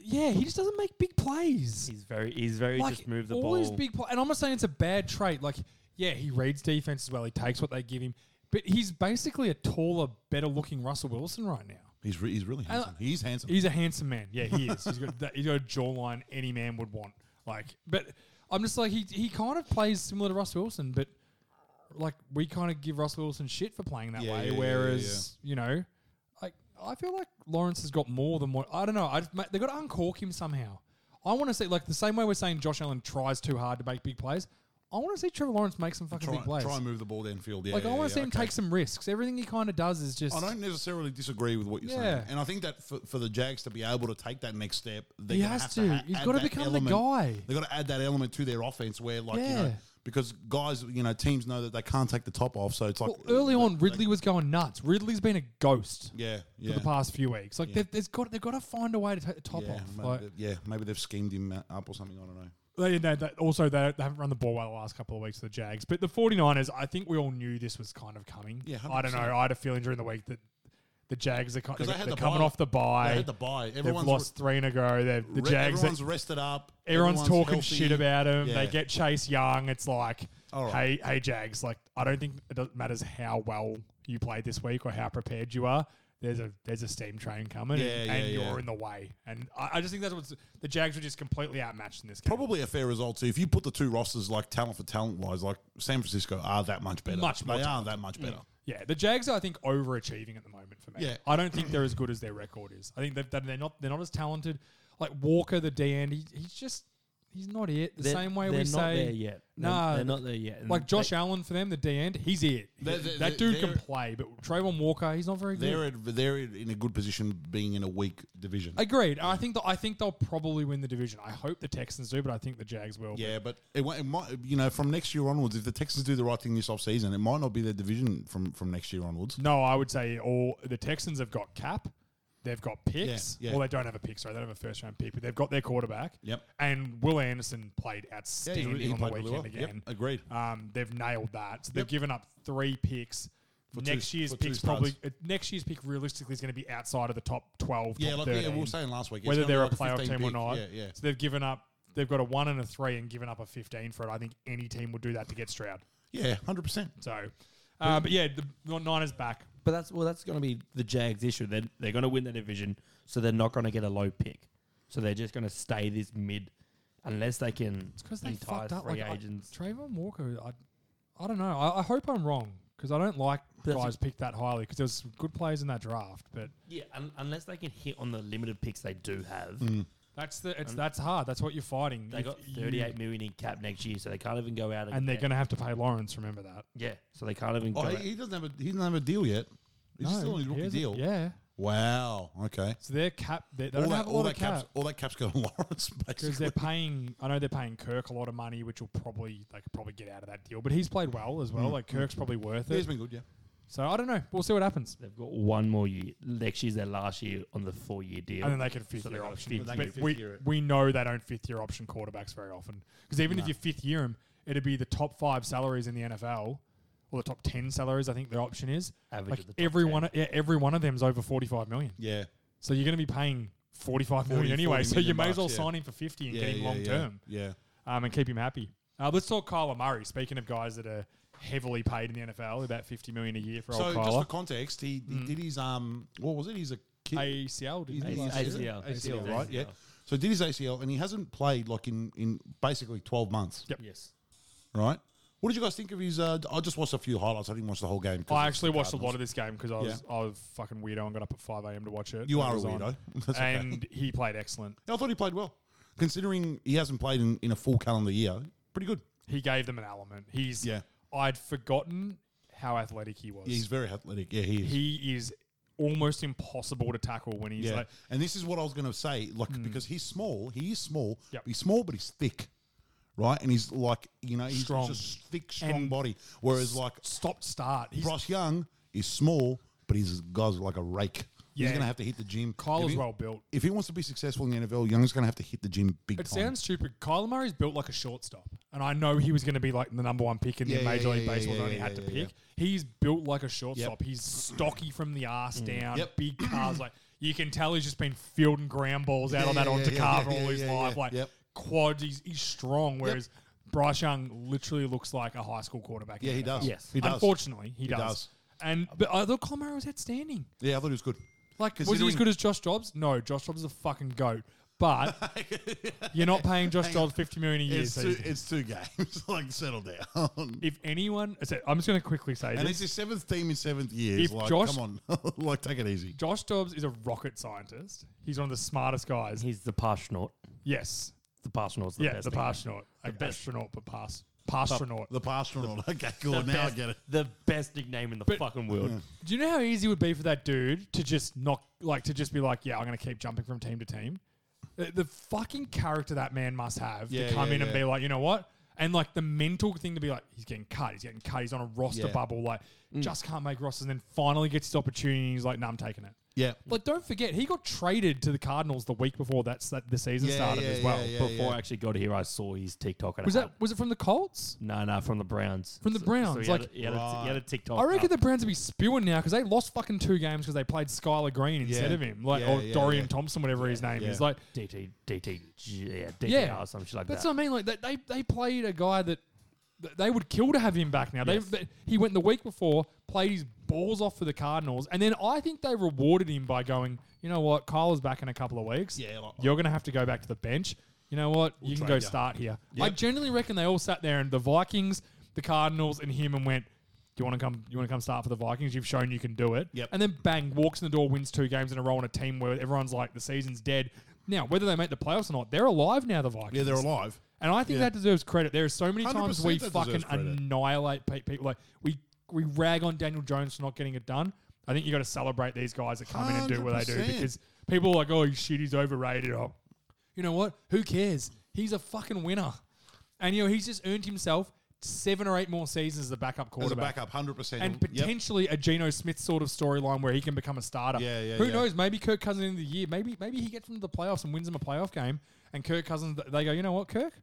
S4: Yeah, he just doesn't make big plays.
S3: He's very. He's very
S4: like
S3: just move the
S4: all his
S3: ball.
S4: big play, and I'm not saying it's a bad trait. Like, yeah, he reads defense as well. He takes what they give him, but he's basically a taller, better-looking Russell Wilson right now.
S1: He's re- he's really handsome. he's handsome.
S4: He's a handsome man. Yeah, he is. he's got that, he's got a jawline any man would want. Like, but I'm just like he he kind of plays similar to Russ Wilson, but like we kind of give Russ Wilson shit for playing that
S1: Yeah, yeah,
S4: way.
S1: yeah, yeah,
S4: whereas you know, like I feel like Lawrence has got more than what I don't know. I just, mate, they got to uncork him somehow. I want to see like the same way we're saying Josh Allen tries too hard to make big plays. I want to see Trevor Lawrence make some fucking
S1: try,
S4: big plays.
S1: try and move the ball downfield. Yeah,
S4: like I
S1: yeah,
S4: want to
S1: yeah,
S4: see him
S1: okay.
S4: take some risks. Everything he kind of does is just
S1: I don't necessarily disagree with what you're saying,
S4: Yeah.
S1: and I think that for, for the Jags to be able to take that next step, they're
S4: He
S1: gonna
S4: has
S1: have
S4: to.
S1: ha-
S4: He's
S1: add
S4: gotta
S1: that
S4: become the
S1: element.
S4: guy.
S1: They've got to add that element to their offense, where like you know,
S4: Yeah.
S1: because guys, you know, teams know that they can't take the top off, so it's like
S4: Well, early on, Ridley was going nuts. Ridley's been a ghost
S1: yeah,
S4: for
S1: yeah,
S4: the past few weeks. Like they've, they've got they've got to find a way to ta top
S1: yeah,
S4: off.
S1: maybe,
S4: Like,
S1: yeah, maybe they've schemed him uh, up or something. I don't know.
S4: they, they, they- also, they, they haven't run the ball well the last couple of weeks for the Jags. But the 49ers, I think we all knew this was kind of coming.
S1: Yeah,
S4: I don't know.
S1: 100%.
S4: I had a feeling during the week that the Jags are kind
S1: 'Cause they
S4: of, they're,
S1: had
S4: they're
S1: the
S4: coming
S1: bye.
S4: off the bye.
S1: they had the bye.
S4: They've
S1: Everyone's
S4: lost three in a row. They're, the
S1: re-
S4: Jags,
S1: everyone's rested up.
S4: everyone's, talking
S1: healthy.
S4: shit about him.
S1: Yeah.
S4: They get Chase Young. It's like,
S1: All
S4: hey, hey, Jags. Like, I don't think it does- matters how well you played this week or how prepared you are. There's a there's a steam train coming,
S1: Yeah,
S4: and,
S1: yeah,
S4: and you're
S1: yeah.
S4: in the way. And I, I just think that's what's the Jags were just completely outmatched in this game.
S1: Probably a fair result too. If you put the two rosters like talent for talent wise, like San Francisco are that much better.
S4: Much more
S1: they are that much better.
S4: Yeah, the Jags are I think overachieving at the moment for me.
S1: Yeah.
S4: I don't think they're as good as their record is. I think that that they're not they're not as talented. Like Walker, the D end, he, he's just he's not it. The
S3: They're-
S4: same way we
S3: they're not
S4: say
S3: there yet. They're-
S4: Nah,
S3: they're not there yet. And
S4: like Josh
S3: they-
S4: Allen for them, the D end, he's it.
S1: They're- they're-
S4: that dude
S1: they're-
S4: can play, but Trayvon Walker, he's not very good.
S1: They're at, they're in a good position being in a weak division.
S4: Agreed. And I think that I think they'll probably win the division. I hope the Texans do, but I think the Jags will.
S1: yeah, but it, wa- it might you know from next year onwards, if the Texans do the right thing this offseason, it might not be their division from from next year onwards.
S4: No, I would say all the Texans have got cap. They've got picks.
S1: Yeah, yeah.
S4: Well, they don't have a pick, sorry. They don't have a first round pick, but they've got their quarterback.
S1: Yep.
S4: And Will Anderson played
S1: Yeah,
S4: outstanding
S1: he, he
S4: on the
S1: played
S4: weekend
S1: really well. Yep,
S4: again.
S1: agreed.
S4: Um, they've nailed that. So they've
S1: Yep.
S4: given up three picks.
S1: For two-
S4: next year's
S1: for two
S4: pick's
S1: starts.
S4: probably uh, next year's pick realistically is going to be outside of the top twelve.
S1: Yeah,
S4: top
S1: like yeah,
S4: 13,
S1: we were saying last week. it's
S4: whether
S1: gonna be
S4: they're
S1: like
S4: a playoff
S1: 15
S4: team or
S1: pick.
S4: not.
S1: Yeah, yeah.
S4: So they've given up. They've got a one and a three and given up a fifteen for it. I think any team would do that to get Stroud.
S1: Yeah, 100%.
S4: So, uh, but yeah, the the Niners back.
S3: But that's well, that's going to be the Jags' issue. They're, they're going to win the division, so they're not going to get a low pick. So they're just going to stay this mid, unless they can
S4: because they
S3: entice
S4: fucked up.
S3: free
S4: like,
S3: agents.
S4: I, Trayvon Walker, I, I don't know. I, I hope I'm wrong because I don't like
S3: But that's-
S4: guys picked that highly because there was some good players in that draft. But
S3: yeah, un- unless they can hit on the limited picks they do have.
S4: that's the it's that's hard. That's what you're fighting.
S3: They
S4: Mm. If
S3: got
S4: you-
S3: thirty-eight million in cap next year, so they can't even go out. And,
S4: and they're
S3: get-
S4: going to have to pay Lawrence. Remember that.
S3: yeah, so they can't even.
S1: Oh,
S3: go
S1: he,
S3: out.
S1: he doesn't have a he doesn't have a deal yet. He's
S4: No,
S1: still on his
S4: he
S1: rookie
S4: hasn't-
S1: deal.
S4: Yeah.
S1: Wow. Okay.
S4: So their cap, they, they
S1: all
S4: don't
S1: that,
S4: have a
S1: all
S4: lot
S1: that
S4: of cap.
S1: caps, all that caps go to Lawrence
S4: Because
S1: basically.
S4: they're paying, I know they're paying Kirk a lot of money, which will probably they could probably get out of that deal. But he's played well as
S1: Hmm.
S4: well. Like Kirk's probably worth
S1: He's
S4: it.
S1: been good, yeah.
S4: So I don't know. We'll see what happens.
S3: They've got one more year. Next year's their last year on the four-year deal.
S4: And then they can fifth
S3: So they
S4: year
S3: got a
S4: option.
S3: fifth
S1: year.
S4: but
S1: They can
S4: we,
S1: fifth year it.
S4: we know they don't fifth year option quarterbacks very often. Because even if you fifth year them, it'd be the top five salaries in the NFL or the top 10 salaries, I think their option is.
S3: Average
S4: like
S3: of the top
S4: every
S3: 10.
S4: one, yeah, every one of them's over 45 million.
S1: Yeah.
S4: So you're going to be paying 45 million
S1: 40
S4: anyway. So you
S1: million
S4: may as well
S1: bucks, yeah.
S4: sign him for 50 and
S1: Yeah,
S4: get him
S1: yeah,
S4: long
S1: yeah,
S4: term
S1: Yeah.
S4: um, and keep him happy. Uh, let's talk Kyler Murray. Speaking of guys that are heavily paid in the NFL, about 50 million a year for
S1: So
S4: old Mm.
S1: just for
S4: Kyler.
S1: context, he, he did his um what was it? He's a kid
S4: ACL, did
S1: He's
S4: he?
S1: he's-
S4: last
S1: is it?
S3: ACL.
S1: ACL,
S3: ACL.
S1: right? Yeah. So he did his ACL and he hasn't played like in, in basically twelve months.
S4: Yep.
S3: yes,
S1: Right? What did you guys think of his uh, I just watched a few highlights, I didn't watch the whole game. 'cause
S4: I
S1: it's
S4: actually
S1: the
S4: watched a lot
S1: Cardinals.
S4: of this game because I was I was a fucking weirdo and got up at five a.m. to watch it.
S1: You
S4: It
S1: are a
S4: was on.
S1: weirdo. That's okay.
S4: and he played excellent.
S1: Yeah, I thought he played well. Considering he hasn't played in, in a full calendar year, pretty good.
S4: He gave them an element. He's
S1: Yeah.
S4: I'd forgotten how athletic he was.
S1: Yeah, he's very athletic. Yeah, he is.
S4: he is almost impossible to tackle when he's
S1: yeah.
S4: like Hmm.
S1: and this is what I was going to say, like because he's small, he is small.
S4: Yep.
S1: He's small, but he's thick, right? And he's like, you know, he's
S4: Strong.
S1: just thick, strong
S4: And
S1: body. Whereas like
S4: stop start. He's
S1: Bryce Young is small, but he's guys like a rake. He's
S4: Yeah.
S1: going to have to hit the gym. If
S4: Kyler's
S1: he-
S4: well built.
S1: If he wants to be successful in the NFL, Young's going to have to hit the gym big
S4: It
S1: time.
S4: sounds stupid. Kyler Murray's built like a shortstop, and I know he was going to be like the number one pick in
S1: Yeah,
S4: the
S1: yeah,
S4: Major
S1: yeah,
S4: League
S1: yeah,
S4: Baseball.
S1: yeah,
S4: that only
S1: yeah,
S4: had to
S1: yeah, yeah.
S4: pick. He's built like a shortstop. He's stocky from the ass down,
S1: Mm. Yep.
S4: big cars. like you can tell, he's just been fielding ground balls out
S1: Yeah,
S4: on that
S1: yeah,
S4: onto
S1: yeah,
S4: Carver
S1: yeah,
S4: all
S1: yeah,
S4: his
S1: yeah,
S4: life.
S1: yeah.
S4: Like
S1: Yep.
S4: quads, he's, he's strong. Whereas Bryce Young literally looks like a high school quarterback. in
S1: yeah,
S4: the
S1: he
S4: NFL.
S1: does.
S3: Yes.
S1: he does.
S4: Unfortunately, he, does.
S1: does.
S4: And but I thought Kyler Murray was outstanding.
S1: yeah, I thought he was good.
S4: Like, was he as
S1: Considering-
S4: good as Josh Jobs? No, Josh Jobs is a fucking goat. But you're not paying Josh Jobs fifty million a year.
S1: It's
S4: so
S1: two,
S4: he's-
S1: it's two games. like, settle down.
S4: if anyone, so I'm just going to quickly say
S1: And
S4: this:
S1: it's his seventh team in seventh years.
S4: If
S1: like,
S4: Josh-
S1: come on, like, take it easy.
S4: Josh Jobs is a rocket scientist. He's one of the smartest guys.
S3: he's the Parsnaut.
S4: Yes,
S3: The Parsnaut's the
S4: yeah,
S3: best.
S4: the
S3: thing.
S4: pastronaut, a astronaut, but pass, pastronaut.
S1: The pastoral. Okay, cool.
S3: The
S1: now
S3: best,
S1: I get it.
S3: The best nickname in the
S4: But-
S3: fucking world.
S4: Do you know how easy it would be for that dude to just not like to just be like, yeah, I'm going to keep jumping from team to team? The, the fucking character that man must have
S1: Yeah,
S4: to come
S1: yeah,
S4: in and
S1: yeah.
S4: be like, you know what? And like the mental thing to be like, he's getting cut, he's getting cut, he's on a roster
S1: Yeah. Mm.
S4: bubble, like just can't make rosters, and then finally gets his opportunity. And he's like, no, I'm taking it.
S1: Yeah.
S4: But don't forget, he got traded to the Cardinals the week before that's that the season
S1: Yeah,
S4: started
S1: yeah,
S4: as well.
S1: yeah,
S3: Before I actually got here, I saw his TikTok. And
S4: Was
S3: I had-
S4: that was it from the Colts?
S3: No, no, from the Browns.
S4: From the
S3: So-
S4: Browns,
S3: So he, had
S4: like-
S3: a, he, had a, he had a TikTok.
S4: I reckon
S3: up.
S4: the Browns would be spewing now because they lost fucking two games because they played Skylar Green instead
S1: Yeah.
S4: of him, like
S1: Yeah,
S4: or
S1: yeah,
S4: Dorian
S1: yeah.
S4: Thompson, whatever his name
S1: Yeah.
S4: is. Like,
S3: DT, DT, yeah, DT
S4: yeah,
S3: or some shit like
S4: That's
S3: that.
S4: what I mean. Like they, they, they played a guy that that they would kill to have him back now.
S3: Yes.
S4: They, they he went the week before, played his balls off for the Cardinals, and then I think they rewarded him by going, you know what, Kyle's back in a couple of weeks.
S1: Yeah, like-
S4: you're going to have to go back to the bench. You know what, you can
S1: trade
S4: go
S1: ya."
S4: start here. I
S1: Yep.
S4: generally reckon they all sat there and the Vikings, the Cardinals, and him and went. Do you want to come? You want to come start for the Vikings? You've shown you can do it.
S1: Yep.
S4: And then bang, walks in the door, wins two games in a row on a team where everyone's like, the season's dead. Now, whether they make the playoffs or not, they're alive now. The Vikings.
S1: Yeah, they're alive.
S4: And I think
S1: Yeah.
S4: that deserves credit. There are so many times
S1: 100%
S4: we
S1: that
S4: fucking
S1: deserves credit.
S4: annihilate pe- people. Like we we rag on Daniel Jones for not getting it done. I think you got to celebrate these guys that come in and do what they do
S1: 100%.
S4: because people are like, oh shit, he's overrated. Oh, you know what? Who cares? He's a fucking winner, and you know he's just earned himself seven or eight more seasons as a
S1: As
S4: backup
S1: a
S4: quarterback.
S1: backup, 100%.
S4: And
S1: Yep.
S4: potentially a Geno Smith sort of storyline where he can become a starter.
S1: Yeah, yeah,
S4: Who
S1: yeah.
S4: knows? Maybe Kirk Cousins in the year. Maybe maybe he gets into the playoffs and wins them a playoff game. And Kirk Cousins, they go, you know what, Kirk?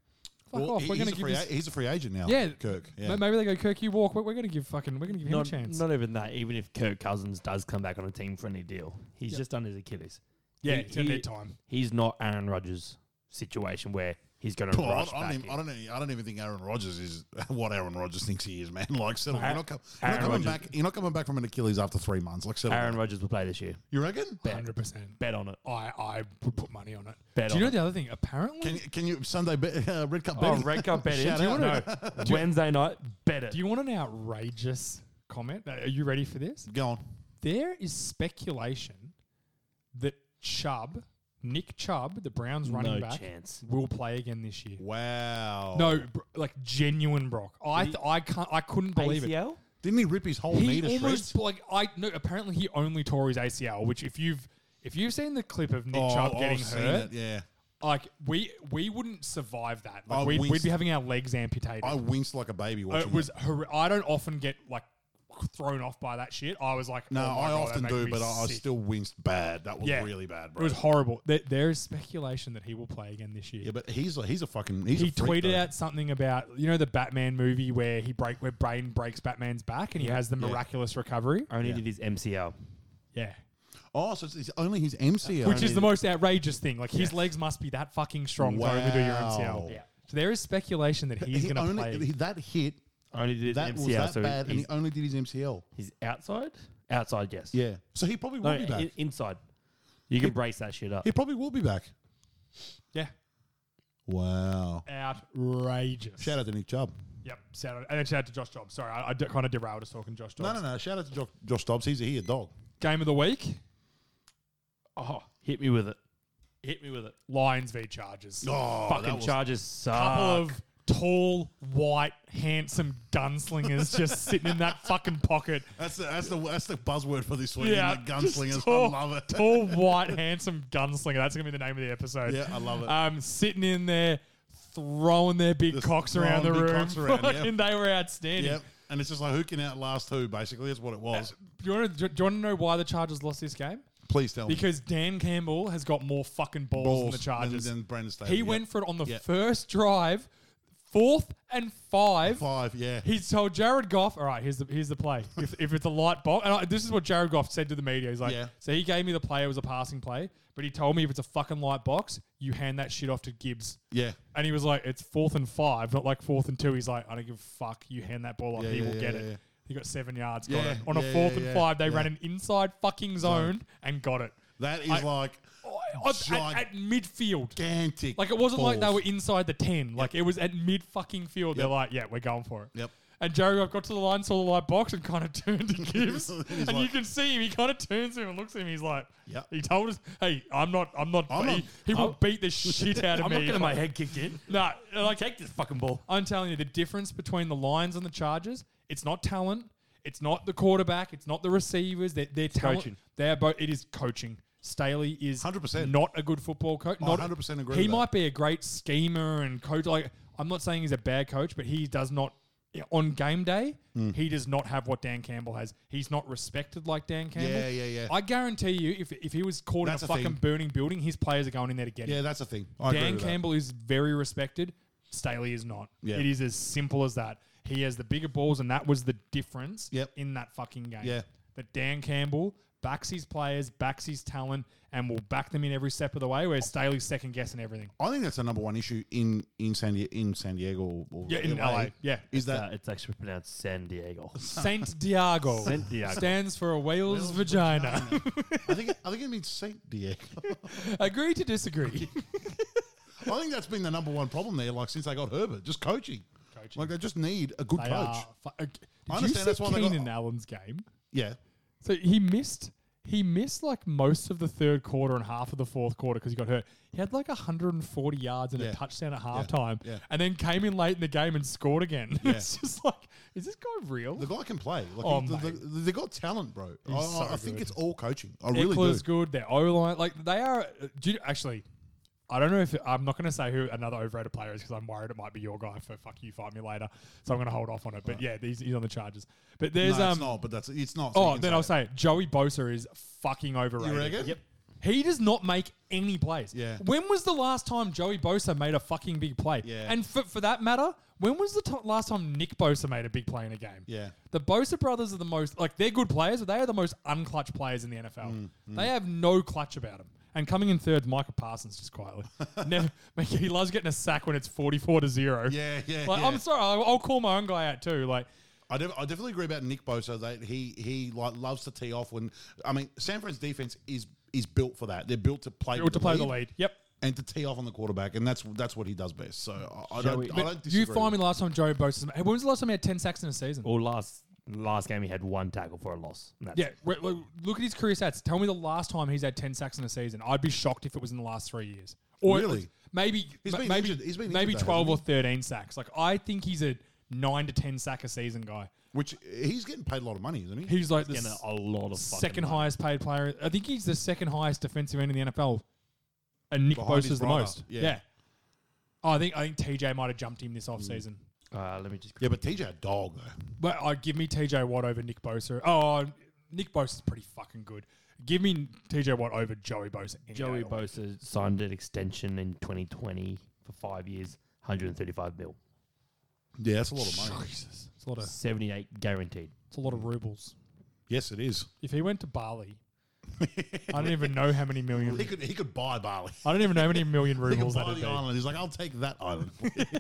S4: Fuck off.
S1: he-
S4: We're
S1: he's
S4: going
S1: a
S4: to give
S1: free
S4: this.
S1: a- he's a free agent now.
S4: Yeah,
S1: Kirk.
S4: ma-
S1: Yeah.
S4: Maybe they go Kirk, you walk, but we're going to give fucking we're going to give him
S3: Not,
S4: a chance.
S3: not even that. Even if Kirk Cousins does come back on a team for any deal, he's
S4: Yep.
S3: just done his Achilles.
S4: yeah,
S3: He-
S4: it's going to
S3: he-
S4: need time.
S3: He's not Aaron Rodgers' situation where he's going to
S1: Well, I,
S3: rush
S1: don't- I
S3: back.
S1: don't
S3: in.
S1: even, I don't know. I don't even think Aaron Rodgers is what Aaron Rodgers thinks he is, man. Like, settle.
S3: Ar-
S1: You're not, com- you're not
S3: Aaron
S1: coming
S3: Rodgers-
S1: back. You're not coming back from an Achilles after three months. Like, settle.
S3: Aaron
S1: down.
S3: Rodgers will play this year.
S1: you reckon?
S4: Hundred percent.
S3: Bet on it.
S4: I I would put money on it.
S3: Bet
S4: Do
S3: on
S4: you know
S3: it.
S4: the other thing? Apparently,
S1: Can you, can you Sunday bet, uh, red cup?
S3: Oh,
S1: betting?
S3: red cup bet in.
S1: Shout
S3: Do you
S1: out.
S3: wanna- Wednesday night, bet it.
S4: do you want an outrageous comment? Are you ready for this?
S1: Go on.
S4: There is speculation that Chubb, Nick Chubb, the Browns running
S3: no
S4: back,
S3: chance.
S4: will play again this year.
S1: Wow.
S4: No, br- like genuine Brock. I th- I can't. I couldn't believe it.
S3: ACL?
S1: Didn't he rip his whole knee
S4: He
S1: to
S4: almost
S1: shreds?
S4: like I no. Apparently, he only tore his ACL. Which if you've if you've seen the clip of Nick Chubb
S1: Oh, I've
S4: getting
S1: seen it,
S4: hurt,
S1: Yeah.
S4: like we we wouldn't survive that. Like
S1: I
S4: we'd,
S1: winced.
S4: we'd be having our legs amputated.
S1: I winced like a baby watching
S4: Oh, it was. Hor- I don't often get like thrown off by that shit. I was like,
S1: No,
S4: oh my
S1: I
S4: God, that
S1: often
S4: made
S1: do,
S4: me
S1: but I, I
S4: sick.
S1: still winced bad. That was
S4: Yeah.
S1: really bad,
S4: It
S1: bro.
S4: was horrible. There, there is speculation that he will play again this year.
S1: yeah, but he's a, he's a fucking. He's
S4: he
S1: a freak,
S4: tweeted
S1: though.
S4: out something about you know the Batman movie where he break where Bane breaks Batman's back and he has the miraculous recovery.
S3: Only did his MCL.
S4: Yeah.
S1: Oh, so it's, it's only his MCL.
S4: Which is the most outrageous thing. Like his legs must be that fucking strong to only do your
S1: Wow.
S4: MCL.
S1: Yeah.
S4: So there is speculation that he's
S1: He
S4: going to
S1: only-
S4: play.
S1: he- that hit.
S3: Only did his
S1: That
S3: MCL.
S1: was that
S3: so
S1: bad, and
S3: he's,
S1: he only did his MCL.
S3: he's outside? Outside, yes.
S1: Yeah, so he probably will
S3: No,
S1: be back.
S3: i- inside. You can brace that shit up.
S1: he probably will be back.
S4: yeah.
S1: Wow!
S4: Outrageous.
S1: Shout out to Nick Chubb.
S4: Yep. Shout out. And then shout out to Josh Jobs. Sorry, I, I d- kind of derailed us talking Josh Jobs.
S1: No, no, no! Shout out to Josh, Josh Dobbs. He's a he a dog.
S4: Game of the week
S3: Oh, hit me with it. Hit me with it.
S4: Lions v Chargers.
S1: Oh,
S3: Fucking
S1: was-
S3: charges suck.
S4: couple of tall, white, handsome gunslingers just sitting in that fucking pocket.
S1: That's the, that's the that's the buzzword for this week. Yeah,
S4: Yeah,
S1: gunslingers.
S4: just tall-
S1: I love it.
S4: tall, white, handsome gunslinger. That's gonna be the name of the episode.
S1: Yeah, I love it.
S4: Um, sitting in there, throwing their big
S1: Just
S4: cocks around the
S1: throwing
S4: room.
S1: big cocks around, yeah.
S4: Fucking, they were outstanding.
S1: yep. And it's just like who can outlast who. Basically, that's what it was.
S4: Do you want to do you want to know why the Chargers lost this game?
S1: Please tell me.
S4: Because Dan Campbell has got more fucking balls, than the Chargers.
S1: Then, Brandon Staley.
S4: He
S1: Yep.
S4: went for it on the
S1: Yep.
S4: first drive, fourth and five.
S1: five. Yeah.
S4: He told Jared Goff, "All right, here's the here's the play. If, if it's a light ball, and I, this is what Jared Goff said to the media. He's like,
S1: Yeah.
S4: so he gave me the play. It was a passing play, but he told me if it's a fucking light box, you hand that shit off to Gibbs.
S1: yeah.
S4: And he was like, it's fourth and five, not like fourth and two. He's like, I don't give a fuck. You hand that ball off,
S1: Yeah,
S4: he
S1: yeah,
S4: will
S1: yeah,
S4: get
S1: yeah,
S4: it.
S1: yeah.
S4: He got seven yards,
S1: Yeah,
S4: got it. On
S1: yeah,
S4: a fourth
S1: yeah,
S4: and
S1: yeah,
S4: five, they
S1: yeah.
S4: ran an inside fucking zone and got it.
S1: That is
S4: I-
S1: like
S4: Oh, at- at, at midfield.
S1: gigantic.
S4: Like it wasn't like they
S1: balls.
S4: were inside the ten. Like it was at mid fucking field. They're
S1: Yep.
S4: like, yeah, we're going for it.
S1: Yep.
S4: And Jerry Goff got to the line, saw the light box, and kind of turned to Gibbs.
S1: He's
S4: and you
S1: like-
S4: can see him. He kind of turns to him and looks at him. He's like,
S1: Yep.
S4: He told us, "Hey, I'm not. I'm not.
S1: I'm
S4: he,
S1: not-
S4: he will beat the shit out of
S3: I'm
S4: me."
S3: not getting my head kicked in.
S4: Nah, like
S3: Take this fucking ball.
S4: I'm telling you, the difference between the Lions and the Chargers, it's not talent, it's not the quarterback, it's not the receivers. They're, they're talent.
S3: coaching.
S4: They're both. It is coaching. Staley is
S1: 100%.
S4: not a good football coach.
S1: I
S4: Not
S1: 100% agree
S4: He
S1: with that.
S4: might be a great schemer and coach. Like I'm not saying he's a bad coach, but he does not. On game day,
S1: Hmm.
S4: he does not have what Dan Campbell has. He's not respected like Dan Campbell.
S1: Yeah, yeah, yeah.
S4: I guarantee you, if, if he was caught
S1: That's
S4: in
S1: a
S4: a fucking
S1: thing.
S4: burning building, his players are going in there to get him.
S1: Yeah, that's a thing. I agree
S4: Dan
S1: with that.
S4: Campbell is very respected. Staley is not.
S1: Yeah.
S4: It is as simple as that. He has the bigger balls, and that was the difference
S1: Yep.
S4: in that fucking game.
S1: Yeah.
S4: That Dan Campbell backs his players, backs his talent, and will back them in every step of the way, whereas Staley's second guessing everything.
S1: I think that's the number one issue in in San Diego, in San Diego or, or
S4: Yeah, in LA. Yeah.
S1: Is that
S3: Uh, it's actually pronounced San Diego.
S4: Saint Diego
S3: Saint Diego.
S4: stands for a whale's, vagina.
S1: I think I think it means Saint Diego.
S4: Agree to disagree.
S1: I think that's been the number one problem there. Like since they got Herbert, just coaching.
S4: Coaching.
S1: Like they just need a good
S4: They
S1: coach.
S4: are fu- Did you
S1: understand
S4: see
S1: that's why they got-
S4: Keenan Allen's game?
S1: Yeah.
S4: So he missed. He missed like most of the third quarter and half of the fourth quarter because he got hurt. He had like 140 yards and
S1: Yeah.
S4: a touchdown at halftime,
S1: Yeah.
S4: and then came in late in the game and scored again.
S1: Yeah.
S4: it's just like, is this guy real?
S1: The guy can play. Like
S4: Oh,
S1: the, the,
S4: mate.
S1: they got talent, bro. I, I,
S4: so
S1: I think
S4: good.
S1: it's all coaching. I really
S4: Eckler's
S1: do.
S4: good. Their O line, like they are. uh, Do you, actually, I don't know if I'm not going to say who another overrated player is because I'm worried it might be your guy. For fuck you, fight me later. So I'm going to hold off on it. But yeah, he's, he's on the Charges. But there's
S1: no,
S4: um.
S1: it's not, but that's it's not. so you
S4: oh,
S1: can
S4: then I'll say Joey Bosa is fucking overrated.
S1: You reckon? Yep.
S4: He does not make any plays.
S1: Yeah.
S4: When was the last time Joey Bosa made a fucking big play?
S1: Yeah.
S4: And for, for that matter, when was the to last time Nick Bosa made a big play in a game?
S1: Yeah.
S4: The Bosa brothers are the most like they're good players, but they are the most unclutch players in the NFL.
S1: Mm,
S4: They have no clutch about them. And coming in third, Michael Parsons just quietly. Never, man, he loves getting a sack when it's forty-four to zero.
S1: Yeah, yeah,
S4: Like
S1: yeah.
S4: I'm sorry, I'll, I'll call my own guy out too. Like
S1: I, def- I definitely agree about Nick Bosa. That he he like loves to tee off when I mean San Fran's defense is is built for that. They're built to play
S4: to play the lead. Yep.
S1: and to tee off on the quarterback, and that's that's what he does best. So I, I
S3: Shall
S1: don't
S3: we-
S1: I
S4: But
S1: don't
S4: do
S1: disagree.
S4: you find me last time Joey Bosa? When was the last time he had ten sacks in a season?
S3: Or last last game he had one tackle for a loss. And that's
S4: Yeah,
S3: it.
S4: re- re- look at his career stats. Tell me the last time he's had ten sacks in a season. I'd be shocked if it was in the last three years. Or
S1: Really?
S4: maybe
S1: He's
S4: ma-
S1: been
S4: maybe
S1: injured- he's been
S4: maybe
S1: injured though,
S4: twelve or
S1: hasn't
S4: thirteen sacks. Like I think he's a nine to ten sack a season guy.
S1: which he's getting paid a lot of money, isn't he?
S4: He's like the
S3: Getting
S4: s-
S3: a lot of fucking
S4: second
S3: money.
S4: highest paid player. I think he's the second highest defensive end in the NFL, and Nick
S1: Behind his
S4: Bosa's the
S1: brother,
S4: most.
S1: yeah.
S4: Oh, I think I think TJ might have jumped him this offseason.
S3: Uh, let me just.
S1: yeah, but TJ a dog though.
S4: But I give me TJ Watt over Nick Bosa. Oh, Nick Bosa's pretty fucking good. Give me TJ Watt over Joey Bosa. any
S3: Joey
S4: day.
S3: Bosa signed an extension in 2020 for five years, 135 mil,
S1: Yeah, that's a lot of money.
S4: Jesus, it's a lot of
S3: 78 guaranteed.
S4: it's a lot of rubles.
S1: yes, it is.
S4: If he went to Bali, I don't even know how many million.
S1: He could he could buy Bali.
S4: I don't even know how many million
S1: He could
S4: rubles
S1: buy
S4: that'd
S1: the
S4: be.
S1: island. He's like, I'll take that island.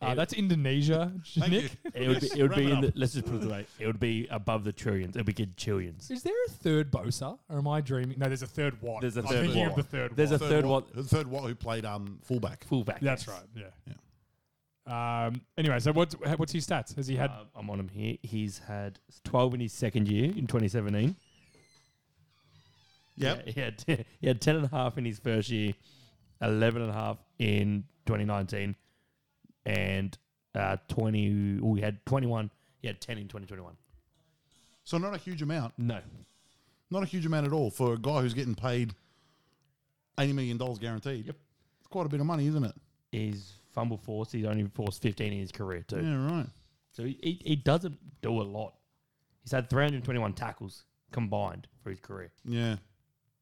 S4: Uh, that's Indonesia,
S1: Thank
S4: Nick.
S1: you.
S3: It would be. It would
S1: Wrap
S3: be.
S1: it
S3: In the,
S1: up.
S3: let's just put it away. It would be above the trillions. It would be good trillions.
S4: Is there a third Bosa, or am I dreaming? No, there's a third Watt.
S3: There's a
S4: I'm
S3: third
S4: thinking
S1: Watt.
S4: of the third.
S3: There's
S4: Watt.
S3: a third one.
S1: Watt- third one who played um fullback.
S3: Fullback.
S4: That's
S3: yes.
S4: right. Yeah. Um. Anyway, so what's what's his stats? Has he had?
S3: Uh, I'm on him here. He's had 12 in his second year in 2017.
S1: Yep.
S3: Yeah, he had, he had 10 and a half in his first year, 11 and a half in 2019, and uh, 20. Oh, he had 21. He had 10 in 2021.
S1: So not a huge amount.
S3: No.
S1: Not a huge amount at all for a guy who's getting paid eighty million dollars guaranteed.
S3: Yep.
S1: It's quite a bit of money, isn't it?
S3: He's fumble force. He's only forced 15 in his career, too.
S1: Yeah, right.
S3: So he, he, he doesn't do a lot. He's had 321 tackles combined for his career.
S1: Yeah.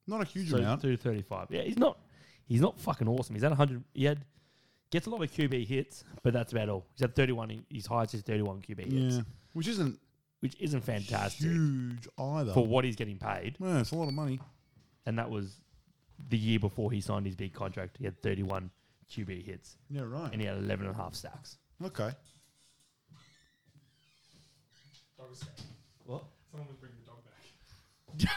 S1: Not a huge
S3: So
S1: amount.
S3: 235. Yeah, he's not he's not fucking awesome. He's had 100 he had gets a lot of QB hits, but that's about all. He's had 31 in- his highest is 31 QB hits,
S1: yeah. Which isn't
S3: which isn't fantastic
S1: huge either.
S3: for what he's getting paid.
S1: yeah, it's a lot of money.
S3: And that was the year before he signed his big contract. He had 31 QB hits
S1: Yeah, right.
S3: and he had 11 and a half sacks.
S1: okay.
S3: What?
S4: Someone was bringing the dog back.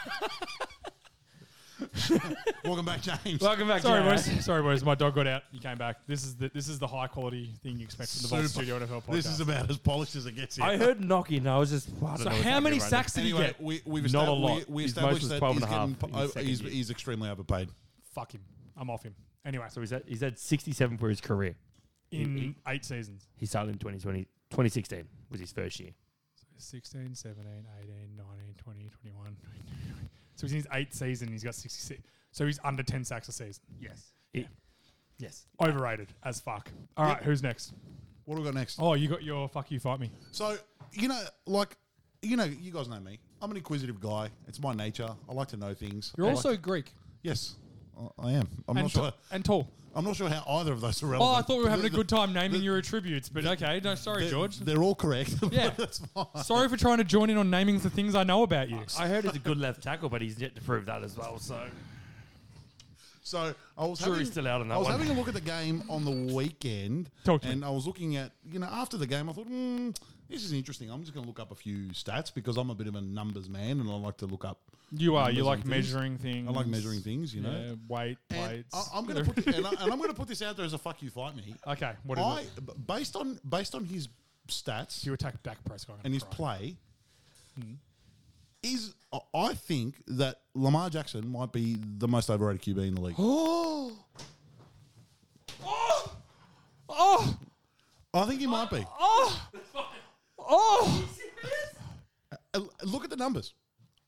S1: Welcome back, James.
S3: Welcome back,
S4: Sorry,
S3: Jay.
S4: boys. Sorry, boys. My dog got out. He came back. This is the this is the high quality thing you expect from the Vault
S1: Super.
S4: Studio NFL podcast.
S1: This is about as polished as it gets here.
S3: I heard knocking. I was just. I don't
S4: so
S3: know what's
S4: how many
S3: happening right now.
S4: sacks did he
S1: anyway,
S4: get?
S1: we, we've
S3: Not a
S1: estab-
S3: lot.
S1: We, we
S3: His most
S1: established
S3: was
S1: that
S3: 12
S1: he's,
S3: and a half in
S1: getting,
S3: his
S1: oh, he's,
S3: second year.
S1: he's extremely overpaid.
S4: Fuck him. I'm off him. Anyway, so
S3: So he's had, he's had 67 for his career.
S4: in eight seasons.
S3: He started in 2020, 2016 was his first year.
S4: 16, 17, 18, 19, 20, 21. So he's in his eighth season. He's got 66. So he's under 10 sacks a season.
S3: Yes. yes.
S4: Overrated as fuck. All right, who's next?
S1: What do we got next?
S4: Oh, you got your fuck you fight me.
S1: So you know, like you know, you guys know me. I'm an inquisitive guy. It's my nature. I like to know things. I like-
S4: Greek
S1: yes, I- I am. I'm
S4: and,
S1: not sure.
S4: t- and tall.
S1: I'm not sure how either of those are relevant.
S4: Oh, I thought we were having a
S1: The-
S4: good time naming
S1: the-
S4: your attributes, but okay. No, sorry,
S1: the-
S4: George.
S1: They're all correct.
S4: Yeah.
S1: that's fine.
S4: Sorry for trying to join in on naming the things I know about you.
S3: I heard he's a good left tackle, but he's yet to prove that as well. So
S1: So I was
S3: Jury's
S1: having,
S3: still out on that
S1: I was
S3: one.
S1: having a look at the game on the weekend,
S4: Talk to me.
S1: and I was looking at you know after the game. I thought, hmm, this is interesting. I'm just going to look up a few stats because I'm a bit of a numbers man, and I like to look up.
S4: you are. You
S1: numbers
S4: like
S1: and things.
S4: measuring things.
S1: I like measuring things, you know.
S4: Yeah, weight,
S1: And
S4: weights.
S1: I, I'm going to put and, I, and I'm going to put this out there as a fuck you fight me.
S4: okay, what is
S1: I
S4: it?
S1: b- based on based on his stats
S4: You attack Dak Prescott. I'm
S1: and his
S4: gonna cry.
S1: play Hmm. is I- I think that Lamar Jackson might be the most overrated QB in the league.
S4: Oh. Oh. Oh.
S1: I think he might be.
S4: Oh. Oh.
S1: Uh, Look at the numbers.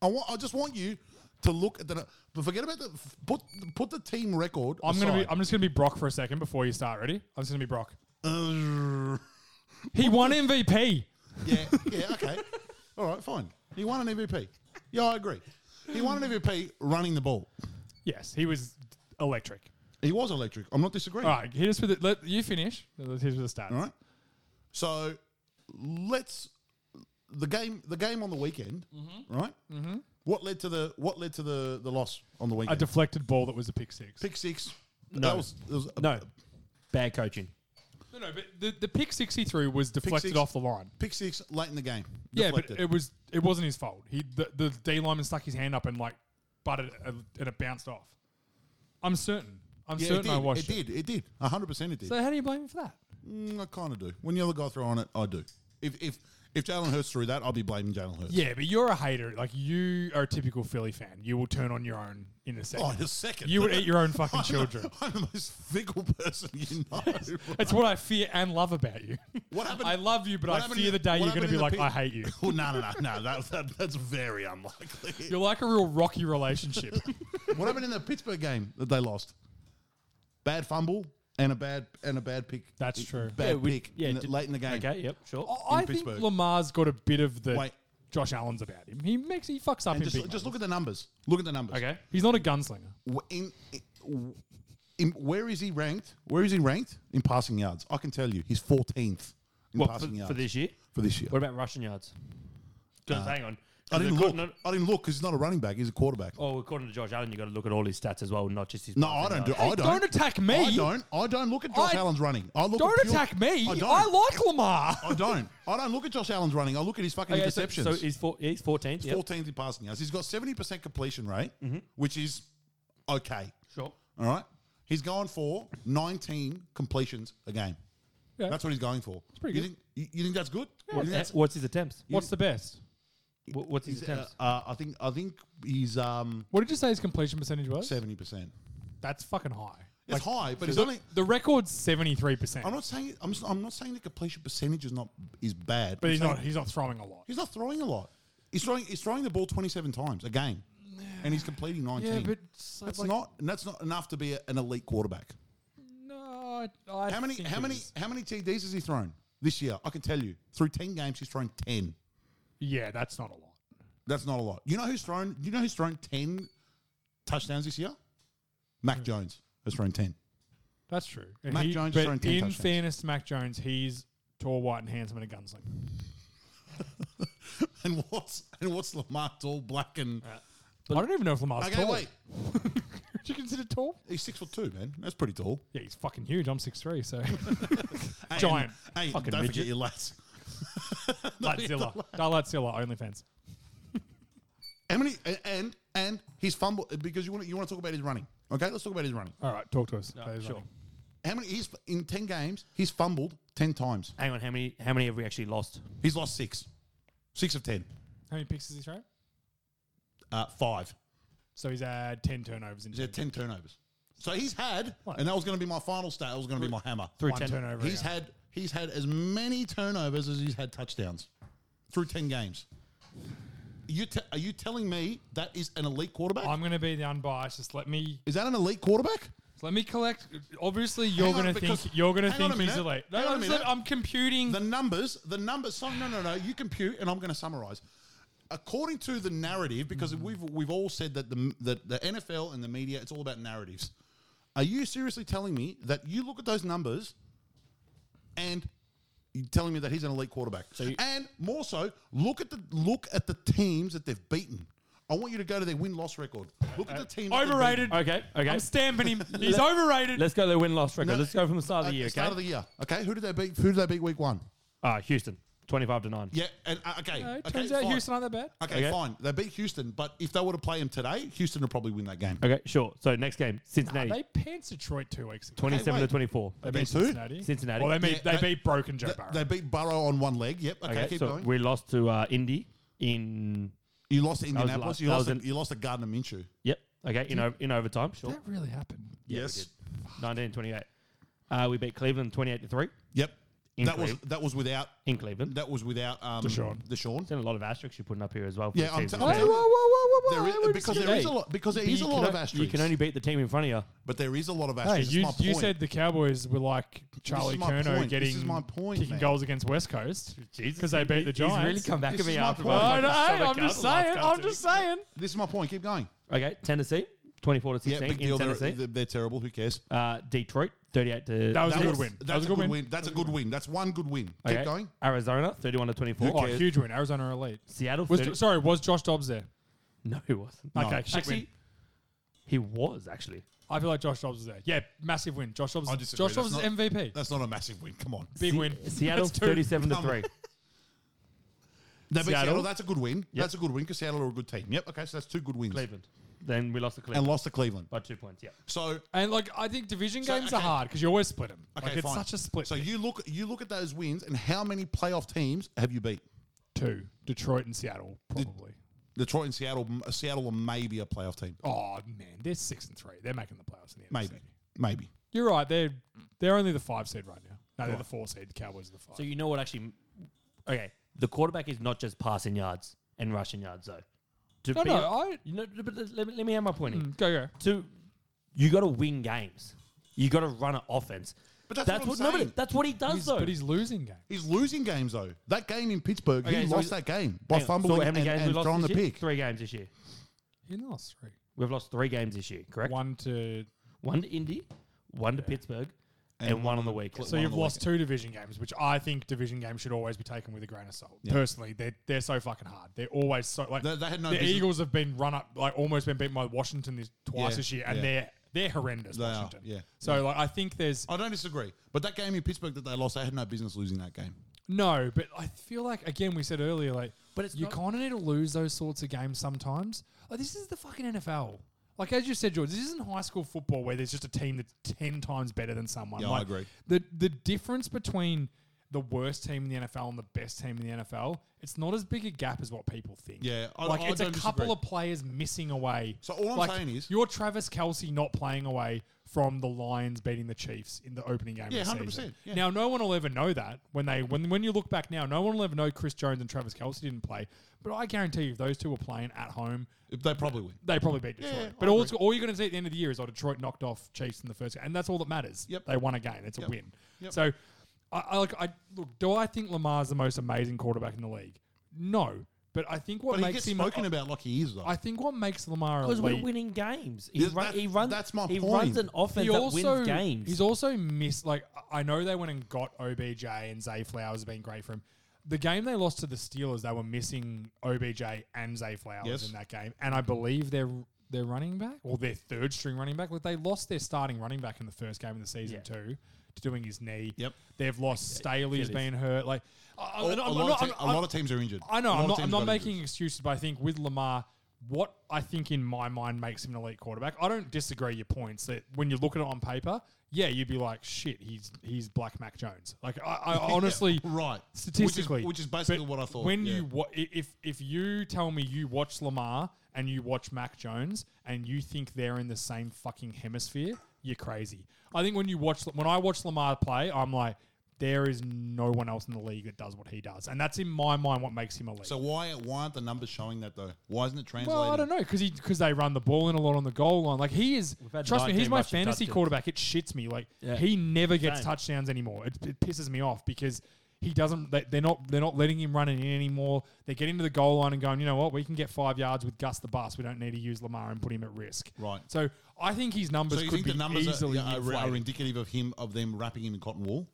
S1: I want. I just want you to look at the. nu- But forget about the. f- Put put the team record.
S4: I'm gonna be.
S1: aside.
S4: I'm just gonna be Brock for a second before you start. Ready? I'm just gonna be Brock. He won MVP.
S1: yeah. Yeah. Okay. All right. Fine. He won an MVP. Yeah, I agree. He won an MVP running the ball.
S4: Yes, he was electric.
S1: He was electric. I'm not disagreeing.
S4: All right, hit us with it. Let you finish. Here's with the stats.
S1: All right. So let's the game the game on the weekend, right? Mm-hmm. What led to the what led to the the loss on the
S4: A
S1: weekend?
S4: deflected ball that was a pick six.
S1: pick six.
S3: No.
S1: That was, that was a-
S3: No, bad coaching.
S4: No, no, but the, the pick six he threw was deflected
S1: six.
S4: off the line.
S1: pick six late in the game.
S4: Yeah,
S1: Deflected.
S4: but it was it wasn't his fault. He the, the D lineman stuck his hand up and like butted it, uh, and it bounced off. I'm certain. I'm
S1: Yeah,
S4: certain
S1: did.
S4: I watched it.
S1: it. did. It did. hundred percent. It did.
S4: So how do you blame him for that?
S1: Mm, I kind of do. When the other guy throw on it, I do. If if if Jalen Hurts threw that, I'll be blaming Jalen Hurts.
S4: Yeah, but you're a hater. Like you are a typical Philly fan. You will turn on your own in a second.
S1: Oh, in a second.
S4: You would eat your own fucking
S1: I'm the-
S4: children.
S1: I'm the most fickle person you know.
S4: That's what I fear and love about you.
S1: What happened-
S4: I love you, but
S1: what
S4: I
S1: happened
S4: fear
S1: in
S4: the
S1: the-
S4: day
S1: what
S4: you're going to
S1: happened
S4: be
S1: in the
S4: like,
S1: pic-
S4: I hate you.
S1: well, no, no, no, no. That, that, that's very unlikely.
S4: You're like a real rocky relationship.
S1: What happened in the Pittsburgh game that they lost? Bad fumble and a bad and a bad pick.
S4: That's true.
S1: Bad
S3: we-
S1: pick. in the-
S3: did-
S1: late in the game.
S3: Okay, yep, sure.
S1: Oh.
S4: I I think
S1: Pittsburgh.
S4: Lamar's got a bit of the
S1: Wait.
S4: Josh Allen's about him. He makes he fucks up in
S1: And
S4: big
S1: just, just
S4: moments.
S1: look at the numbers. Look at the numbers.
S3: Okay,
S4: He's not a gunslinger.
S1: W- In, in, in, where is he ranked? Where is he ranked in passing yards? I can tell you, he's 14th in
S3: what for,
S1: passing yards
S3: for this year?
S1: for this year.
S3: What about rushing yards? Because hang on,
S1: I didn't
S3: Because
S1: look.
S3: according-
S1: I didn't look because he's not a running back. He's a quarterback.
S3: Oh, according to Josh Allen, you got to look at all his stats as well, not just his.
S1: no, I
S3: passing
S1: don't do.
S3: yards.
S1: I don't.
S4: don't attack me.
S1: I don't. I don't look at Josh
S4: I-
S1: Allen's running. I look.
S4: Don't
S1: at pure-
S4: attack me.
S1: I
S4: I,
S1: don't.
S4: like Lamar.
S1: I don't. I don't look at Josh Allen's running. I look at his fucking
S3: Okay, so,
S1: interceptions.
S3: so he's four, he's fourteenth. Yep. Mm-hmm.
S1: 14th in passing yards. He's got 70% completion rate, which is okay.
S3: Sure.
S1: All right. He's going for 19 completions a game.
S4: Yeah.
S1: That's what he's going for.
S4: pretty
S1: you
S4: good.
S1: Think, you, you think that's good? You think
S3: What's,
S1: that's-
S3: Eh, what's his attempts?
S4: What's the best?
S3: What, Uh, what's his
S1: he's, uh,
S3: attempts?
S1: uh, I think I think he's um,
S4: What did you say his completion percentage was?
S1: 70%. It's
S4: That's fucking high.
S1: high, but it's
S4: the,
S1: only.
S4: the record's seventy three percent.
S1: I'm not saying I'm, s- I'm not saying the completion percentage is not is bad,
S4: But
S1: I'm
S4: he's
S1: saying
S4: not. He's not throwing a lot.
S1: he's not throwing a lot. He's throwing he's throwing the ball 27 times a game, and he's completing 19.
S4: so
S1: that's not and that's not enough to be a, an elite quarterback.
S4: No, I
S1: How many? How many? How many TDs has he thrown this year? I can tell you. Through ten games, he's thrown ten.
S4: Yeah, that's not a lot.
S1: That's not a lot. You know who's thrown? You know who's thrown ten touchdowns this year? Mac Jones has thrown ten.
S4: That's true. And
S1: Mac Jones has
S4: but
S1: thrown 10
S4: in
S1: touchdowns.
S4: fairness to Mac Jones, he's tall, white, and handsome, and a gunslinger.
S1: And what's and what's Lamar tall, black, and
S4: I don't even know if Lamar's
S1: okay?
S4: Uh, tall.
S1: Wait,
S4: Would you consider tall?
S1: he's six foot two, man. That's pretty tall.
S4: Yeah, he's fucking huge. I'm six three, so
S1: Hey,
S4: Giant.
S1: and- Hey,
S3: Fucking
S1: don't
S3: midget.
S1: forget your lads.
S4: Latzilla, Darlatzilla, OnlyFans.
S1: How many? And and, and his fumble because you want you want to talk about his running. Okay, let's talk about his running.
S4: All right, talk to us. That is
S3: Sure.
S4: running.
S1: How many? He's in ten games. He's fumbled ten times.
S3: Hang on, how many? How many have we actually lost?
S1: He's lost six, six of ten,
S4: How many picks does he throw?
S1: uh, five.
S4: So he's had ten turnovers in
S1: He's had 10 turnovers. So he's had, and that was going to be my final stat. That was going to be my hammer.
S3: Through
S4: one
S3: ten.
S4: turnover.
S1: He's
S4: yeah.
S1: had he's had as many turnovers as he's had touchdowns through 10 games. You te- are you telling me that is an elite quarterback?
S4: I'm going to be the unbiased. Just let me
S1: is that an elite quarterback?
S4: just let me collect. Obviously, you're
S1: Hang on,
S4: going to
S1: because-
S4: think you're going to
S1: hang on
S4: think
S1: a
S4: he's
S1: minute.
S4: elite. No,
S1: Hang on a
S4: I'm, just-
S1: minute.
S4: I'm computing.
S1: The numbers, the numbers. So no, no, no. You compute, and I'm going to summarize. According to the narrative, because we've we've all said that the that the NFL and the media, it's all about narratives. Are you seriously telling me that you look at those numbers, and you're telling me that he's an elite quarterback?
S3: you-
S1: and more so, look at the look at the teams that they've beaten. I want you to go to their win loss record. Look at the team that they've beaten.
S4: overrated.
S3: Okay, okay.
S4: I'm stamping him. He's overrated.
S3: Let's go to the win loss record. Let's go from the start
S1: At
S3: of the year.
S1: the start
S3: Okay.
S1: of the year. Okay, who did they beat? Who did they beat week one?
S3: Ah, Houston, twenty-five to nine.
S1: Yeah, and uh, okay.
S4: No,
S1: okay,
S4: turns out
S1: fine.
S4: Houston aren't that bad.
S1: Okay,
S3: Okay.
S1: fine. They beat Houston, but if they were to play him today, Houston would probably win that game.
S3: Okay, sure. So next game, Cincinnati,
S4: They pants Detroit two weeks ago.
S3: twenty-seven
S1: Okay,
S3: to
S1: wait.
S3: twenty-four.
S1: Against who?
S4: Cincinnati.
S3: Cincinnati.
S4: Well, they
S1: Yeah,
S4: beat they,
S1: they-
S4: beat broken Joe
S1: Th-
S4: Burrow.
S1: They beat Burrow on one leg. Yep. Okay,
S3: Okay,
S1: keep
S3: so
S1: going.
S3: we lost to uh, Indy in.
S1: you lost to
S3: was
S1: Indianapolis.
S3: last-
S1: you,
S3: that
S1: lost
S3: was
S1: to, you lost to Gardner Minshew.
S3: Yep. Okay, in o- in overtime. Sure.
S4: that really happened.
S1: yes.
S3: Nineteen twenty-eight. Uh, we beat Cleveland twenty-eight to three
S1: Yep.
S3: In
S1: that was
S3: Cleve-
S1: that was without
S3: in Cleveland.
S1: that was without um,
S4: Deshaun.
S1: Deshaun.
S3: There's a lot of asterisks you're putting up here as well. For
S1: Yeah,
S3: the
S1: I'm
S3: teams.
S1: telling
S4: Oh, Whoa,
S1: Okay.
S4: whoa, whoa, whoa, whoa!
S1: There
S4: I
S1: is,
S4: would
S1: because
S4: say-
S1: there is
S3: Hey,
S1: a lot because there
S3: But
S1: is
S3: you
S1: a
S3: can
S1: lot
S3: o-
S1: of asterisks.
S3: You can only beat the team in front of you.
S1: but there is a lot of
S4: Hey,
S1: asterisks.
S4: you,
S1: That's my
S4: you
S1: point.
S4: said the Cowboys were like Charlie
S1: is my
S4: Kerno
S1: point. This
S4: getting
S1: is my point,
S4: kicking
S1: man.
S4: goals against West Coast because they beat the Giants.
S3: He's really come back
S1: This
S3: at me
S1: is my
S3: after
S1: point.
S4: Well, I
S3: my
S4: know,
S3: fucking stomach
S4: I'm just
S3: out the last
S4: saying.
S3: couple
S4: I'm
S3: of
S4: just
S3: weeks.
S4: saying.
S1: this is my point. Keep going.
S3: Okay, Tennessee, 24 to 16
S1: big
S3: in
S1: deal. They're,
S3: Tennessee.
S1: they're, they're terrible. Who cares?
S3: uh, Detroit 38 to
S4: That was a
S1: That
S4: good
S1: was-
S4: win.
S1: That's a good win. That's a good win. That's one good win.
S3: Okay.
S1: Keep going.
S3: Arizona 31 to 24.
S4: Oh,
S1: cares?
S4: huge win. Arizona elite.
S3: Seattle
S4: Was
S3: 30
S4: sorry, was Josh Dobbs there?
S3: No, he wasn't.
S1: No.
S3: Okay,
S1: Shit
S3: actually,
S4: win.
S3: he was actually.
S4: I feel like Josh Dobbs was there. Yeah, massive win. Josh Dobbs.
S1: I
S4: Josh
S1: disagree.
S4: Dobbs
S1: That's
S4: is
S1: not-
S4: MVP.
S1: That's not a massive win. Come on.
S4: Big
S3: Se-
S4: win.
S3: Seattle
S4: That's two.
S3: 37 to
S1: Come on.
S3: three.
S1: They beat Seattle.
S3: Seattle.
S1: That's a good win. That's a good win because Seattle are a good team. Yep. Okay. So that's two good wins.
S3: Cleveland. Then we lost to
S1: And
S3: Cleveland
S1: lost to Cleveland.
S3: by two points. Yeah.
S1: So
S4: And like I think division
S1: So,
S4: games are
S1: okay.
S4: hard because you always split them.
S1: okay,
S4: like it's
S1: fine.
S4: such a split.
S1: So
S4: thing.
S1: you look you look at those wins and how many playoff teams have you beat?
S4: two, Detroit and Seattle probably.
S1: Detroit and Seattle. m- Seattle are maybe a playoff team.
S4: oh man, they're six and three. They're making the playoffs in the
S1: Maybe.
S4: NFC.
S1: Maybe.
S4: You're right. They're
S1: Mm.
S4: they're only the five seed right now. No, they're the four seed. The Cowboys are the five.
S3: So you know what actually? Okay, the quarterback is not just passing yards and rushing yards though. To
S4: no,
S3: be
S4: no,
S3: a-
S4: I
S3: you know, but let, me- let me have my point here.
S4: mm, go go.
S3: To you got to win games. You got to run an offense.
S1: But that's what I'm
S3: no, but
S1: saying.
S3: that's what he does
S4: He's-
S3: though.
S4: but he's losing games.
S1: He's losing games though. That game in Pittsburgh,
S3: Okay,
S1: he
S3: so
S1: lost
S3: he's-
S1: that game by
S3: Hang on, so
S1: fumbling
S3: how many
S1: and,
S3: games
S1: and
S3: we lost
S1: throwing the
S3: this year?
S1: pick.
S3: Three games this year.
S4: He lost three.
S3: We've lost three games this year, correct? One,
S4: One to
S3: to Indy, one to Pittsburgh, and,
S1: And
S3: one on the week.
S4: so
S1: One
S4: you've
S1: on the
S4: lost two division games, which I think division games should always be taken with a grain of salt. Personally, they're they're so fucking hard. They're always so like
S1: They- they had no
S4: the
S1: business-
S4: Eagles have been run up like almost been beaten by Washington this twice
S1: Yeah,
S4: this year, and
S1: yeah.
S4: they're they're horrendous.
S1: They are,
S4: Washington,
S1: yeah.
S4: So like I think there's
S1: I don't disagree, but that game in Pittsburgh that they lost, they had no business losing that game.
S4: No, but I feel like again we said earlier, like,
S3: But it's
S4: you
S3: not-
S4: kind of need to lose those sorts of games sometimes. Like this is the fucking NFL. Like as you said, George, this isn't high school football where there's just a team that's ten times better than someone.
S1: Yeah, I
S4: like,
S1: agree.
S4: The the difference between the worst team in the NFL and the best team in the NFL, it's not as big a gap as what people think.
S1: Yeah, I-
S4: like
S1: I
S4: it's a
S1: don't
S4: couple
S1: disagree.
S4: of players missing away.
S1: So all I'm
S4: Like,
S1: saying is-
S4: you're Travis Kelsey not playing away from the Lions beating the Chiefs in the opening game. of
S1: Yeah,
S4: the
S1: 100%,
S4: season.
S1: yeah.
S4: Now no one will ever know that when they when when you look back now, no one will ever know Chris Jones and Travis Kelsey didn't play. But I guarantee you, if those two were playing at home,
S1: They probably win.
S4: they probably beat Detroit.
S1: Yeah,
S4: but
S1: I
S4: all, it's- all you're going to see at the end of the year is, oh, Detroit knocked off Chiefs in the first game, and that's all that matters.
S1: Yep.
S4: they won a game; it's
S1: Yep.
S4: a win.
S1: Yep.
S4: So, I, I like I look. Do I think Lamar's the most amazing quarterback in the league? No, but I think what
S1: But he
S4: makes
S1: gets
S4: him
S1: spoken about like he is though.
S4: I think what makes Lamar
S3: Because we're
S4: elite
S3: winning games. He,
S1: Yeah,
S3: run,
S1: that-
S3: he runs.
S1: that's my
S3: he
S1: point.
S3: runs an offense that wins games.
S4: He's also missed. Like I know they went and got OBJ and Zay Flowers have been great for him. The game they lost to the Steelers, they were missing OBJ and Zay Flowers
S1: Yes.
S4: in that game, and I believe their their running back or their third string running back. Like they lost their starting running back in the first game of the season
S3: Yeah.
S4: too, to doing his knee.
S1: Yep.
S4: They've lost
S3: Achilles.
S4: Staley's been hurt. Like I,
S1: a,
S4: I'm,
S1: a
S4: I'm,
S1: lot
S4: not,
S1: of
S4: I'm,
S1: te- a lot of teams are injured.
S4: I
S1: A
S4: know.
S1: lot
S4: I'm
S1: of
S4: not,
S1: teams
S4: I'm not
S1: got
S4: making
S1: injured.
S4: excuses, but I think with Lamar, what I think in my mind makes him an elite quarterback. I don't disagree your points that when you look at it on paper, yeah, you'd be like, shit, he's he's Black Mac Jones. Like I, I honestly,
S1: right. Which is-
S4: statistically,
S1: which is
S4: But
S1: basically what I thought,
S4: When
S1: yeah.
S4: you wa- i- if if you tell me you watch Lamar and you watch Mac Jones and you think they're in the same fucking hemisphere, you're crazy. I think when you watch when I watch Lamar play, I'm like. There is no one else in the league that does what he does, and that's in my mind what makes him elite.
S1: So why why aren't the numbers showing that though? Why isn't it translating?
S4: Well, I don't know because because they run the ball in a lot on the goal line. Like he is,
S3: had
S4: trust me, he's
S3: 19
S4: my
S3: rushing
S4: fantasy
S3: touchdowns.
S4: quarterback. It shits me. Like
S3: Yeah.
S4: he never gets
S3: Same.
S4: touchdowns anymore. It, it pisses me off because he doesn't. They, they're not. They're not letting him run it in anymore. They're getting to the goal line and going. You know what? We can get five yards with Gus the bus. We don't need to use Lamar and put him at risk.
S1: Right.
S4: So I think his numbers
S1: So you
S4: could
S1: think
S4: be
S1: the numbers are,
S4: easily
S1: yeah, are,
S4: inflated.
S1: are indicative of him of them wrapping him in cotton wool?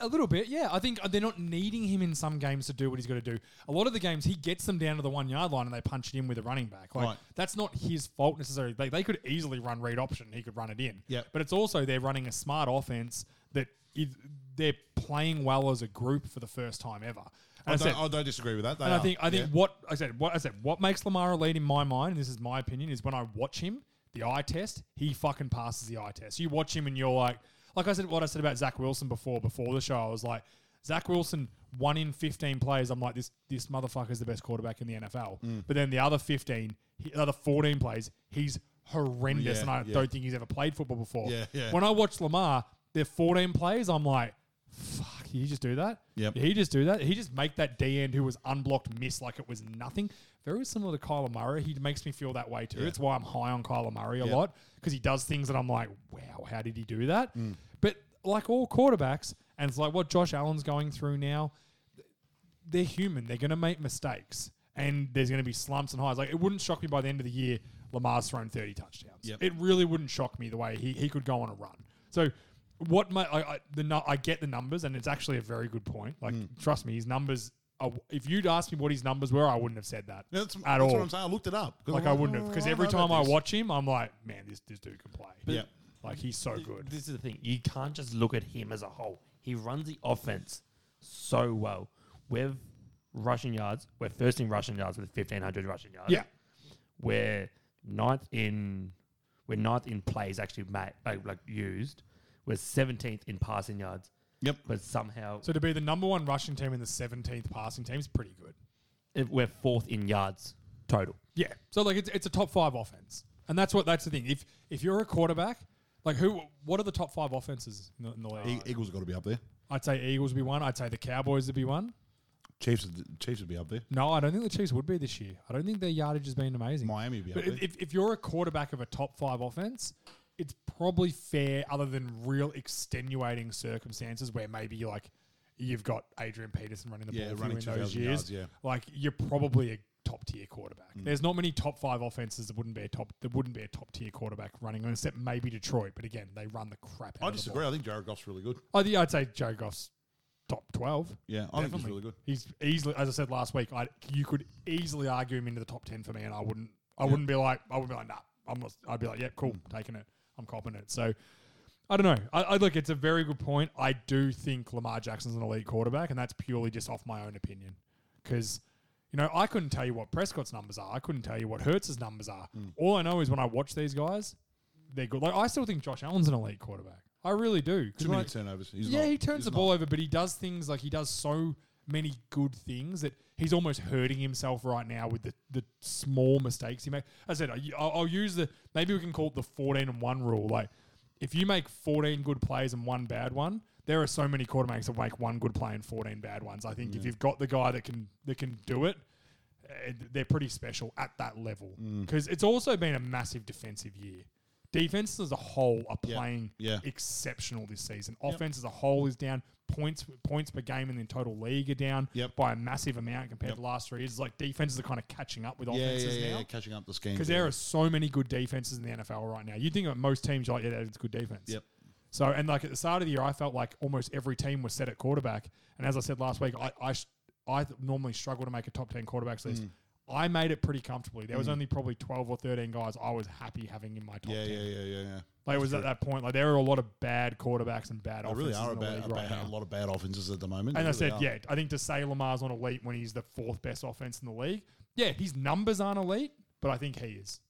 S4: A little bit, yeah. I think they're not needing him in some games to do what he's got to do. A lot of the games, he gets them down to the one yard line and they punch it in with a running back. Like
S1: Right.
S4: that's not his fault necessarily. They, they could easily run read option. He could run it in.
S1: Yep.
S4: But it's also they're running a smart offense that is, they're playing well as a group for the first time ever.
S1: I
S4: And, I,
S1: don't,
S4: said,
S1: I don't disagree with that. They
S4: and I
S1: are,
S4: think I think
S1: yeah.
S4: what I said what I said what makes Lamar elite in my mind, and this is my opinion, is when I watch him, the eye test, he fucking passes the eye test. You watch him and you're like, like I said, what I said about Zach Wilson before before the show, I was like, Zach Wilson one in fifteen plays, I'm like this this motherfucker's the best quarterback in the NFL.
S1: Mm.
S4: But then the other fifteen, he, the other fourteen plays, he's horrendous,
S1: Yeah,
S4: and I
S1: yeah.
S4: don't think he's ever played football before.
S1: Yeah, yeah.
S4: When I watch Lamar, they're fourteen plays, I'm like. Fuck, did he just do that?
S1: Yep.
S4: Did he just do that? Did he just make that D end who was unblocked miss like it was nothing. Very similar to Kyler Murray. He makes me feel that way too. It's why I'm high on Kyler Murray a
S1: Yeah.
S4: lot because he does things that I'm like, wow, how did he do that? But like all quarterbacks, and it's like what Josh Allen's going through now, they're human. They're going to make mistakes, and there's going to be slumps and highs. Like it wouldn't shock me by the end of the year. Lamar's thrown 30 touchdowns.
S1: Yep.
S4: It really wouldn't shock me the way he, he could go on a run. So what my I, I the nu- I get the numbers and it's actually a very good point. Like
S1: Hmm.
S4: trust me, his numbers. Are, if you'd asked me what his numbers were, I wouldn't have said that
S1: Yeah, that's
S4: at
S1: that's
S4: all.
S1: what I'm saying. I looked it up. 'cause
S4: Like
S1: I'm
S4: I wouldn't have
S1: "Oh,
S4: because
S1: I
S4: every
S1: know
S4: time
S1: about
S4: I
S1: this."
S4: watch him, I'm like, man, this this dude can play.
S1: Yeah.
S4: Like he's so good.
S3: This is the thing. You can't just look at him as a whole. He runs the offense so well. We're rushing yards. We're first in rushing yards with 1,500 rushing yards.
S4: Yeah,
S3: We're ninth in. We're ninth in plays actually made, like, like used. We're 17th in passing yards,
S1: Yep.
S3: but somehow
S4: So to be the number one rushing team and the seventeenth passing team is pretty good.
S3: if we're fourth in yards total.
S4: Yeah. So like it's, it's a top five offense, and that's what that's the thing. If if you're a quarterback, like who, what are the top five offenses in the, in the league?
S1: E- Eagles got to be up there.
S4: I'd say Eagles would be one. I'd say the Cowboys would be one.
S1: Chiefs, would- Chiefs would be up there.
S4: No, I don't think the Chiefs would be this year. I don't think their yardage has been amazing.
S1: Miami would be up
S4: But
S1: there.
S4: if, if, if you're a quarterback of a top five offense, it's probably fair, other than real extenuating circumstances where maybe like you've got Adrian Peterson running the
S1: Yeah,
S4: ball for you
S1: running
S4: in those
S1: 2,000 yards,
S4: years.
S1: yeah. Mm.
S4: Like you're probably a top tier quarterback. There's not many top five offenses that wouldn't be a top that wouldn't be a top tier quarterback running, except maybe Detroit. But again, they run the crap out
S1: I
S4: of the
S1: disagree. I think Jared Goff's really good.
S4: ball. I think I'd say Joe Goff's top twelve.
S1: Yeah, I think he's
S4: Definitely.
S1: really good.
S4: He's easily, as I said last week, I you could easily argue him into the top ten for me, and I wouldn't. I wouldn't be like, I would be like, nah. I'm not, I'd be like, yep, cool,
S1: Hmm.
S4: taking it. I'm copping it. So, I don't know. I, I look, it's a very good point. I do think Lamar Jackson's an elite quarterback, and that's purely just off my own opinion, because. You know, I couldn't tell you what Prescott's numbers are. I couldn't tell you what Hertz's numbers are.
S1: Hmm.
S4: All I know is when I watch these guys, they're good. Like I still think Josh Allen's an elite quarterback. I really do. 'Cause
S1: Too
S4: when
S1: many
S4: I-
S1: turnovers. He's
S4: yeah,
S1: not-
S4: he turns
S1: he's
S4: the
S1: not-
S4: ball over, but he does things like he does so many good things that he's almost hurting himself right now with the, the small mistakes he makes. As I said, I- I'll, I'll use the maybe we can call it the fourteen and one rule. Like if you make fourteen good plays and one bad one, there are so many quarterbacks that make one good play and fourteen bad ones. I think if you've got the guy that can that can do it. uh, They're pretty special at that level
S1: Mm.
S4: because it's also been a massive defensive year. Defenses as a whole are
S1: Yeah.
S4: playing
S1: Yeah.
S4: exceptional this season. Offense as a whole is down. Points points per game and then total league are down
S1: Yep.
S4: by a massive amount compared
S1: Yep.
S4: to last three years. It's Like defenses are kind of catching up with
S1: Yeah, yeah,
S4: offenses
S1: yeah,
S4: now
S1: yeah, catching up the scheme.
S4: because there are so many good defenses in the NFL right now. You think about most teams, you're like, yeah, that's good defense.
S1: Yep.
S4: So, and like at the start of the year, I felt like almost every team was set at quarterback. And as I said last week, I I, sh- I th- normally struggle to make a top 10 quarterbacks
S1: Mm.
S4: list. I made it pretty comfortably. There was only probably 12 or 13 guys I was happy having in my top
S1: Yeah,
S4: 10.
S1: yeah, yeah, yeah, yeah.
S4: Like it was at that point. Like there are a lot of bad quarterbacks and bad
S1: There Oh, really
S4: offenses
S1: are
S4: in
S1: a,
S4: the
S1: bad,
S4: league right
S1: a
S4: now.
S1: lot of bad offenses at the moment.
S4: And
S1: They
S4: I
S1: really
S4: said,
S1: are.
S4: yeah, I think to say Lamar's on elite when he's the fourth best offense in the league, yeah, his numbers aren't elite, but I think he is.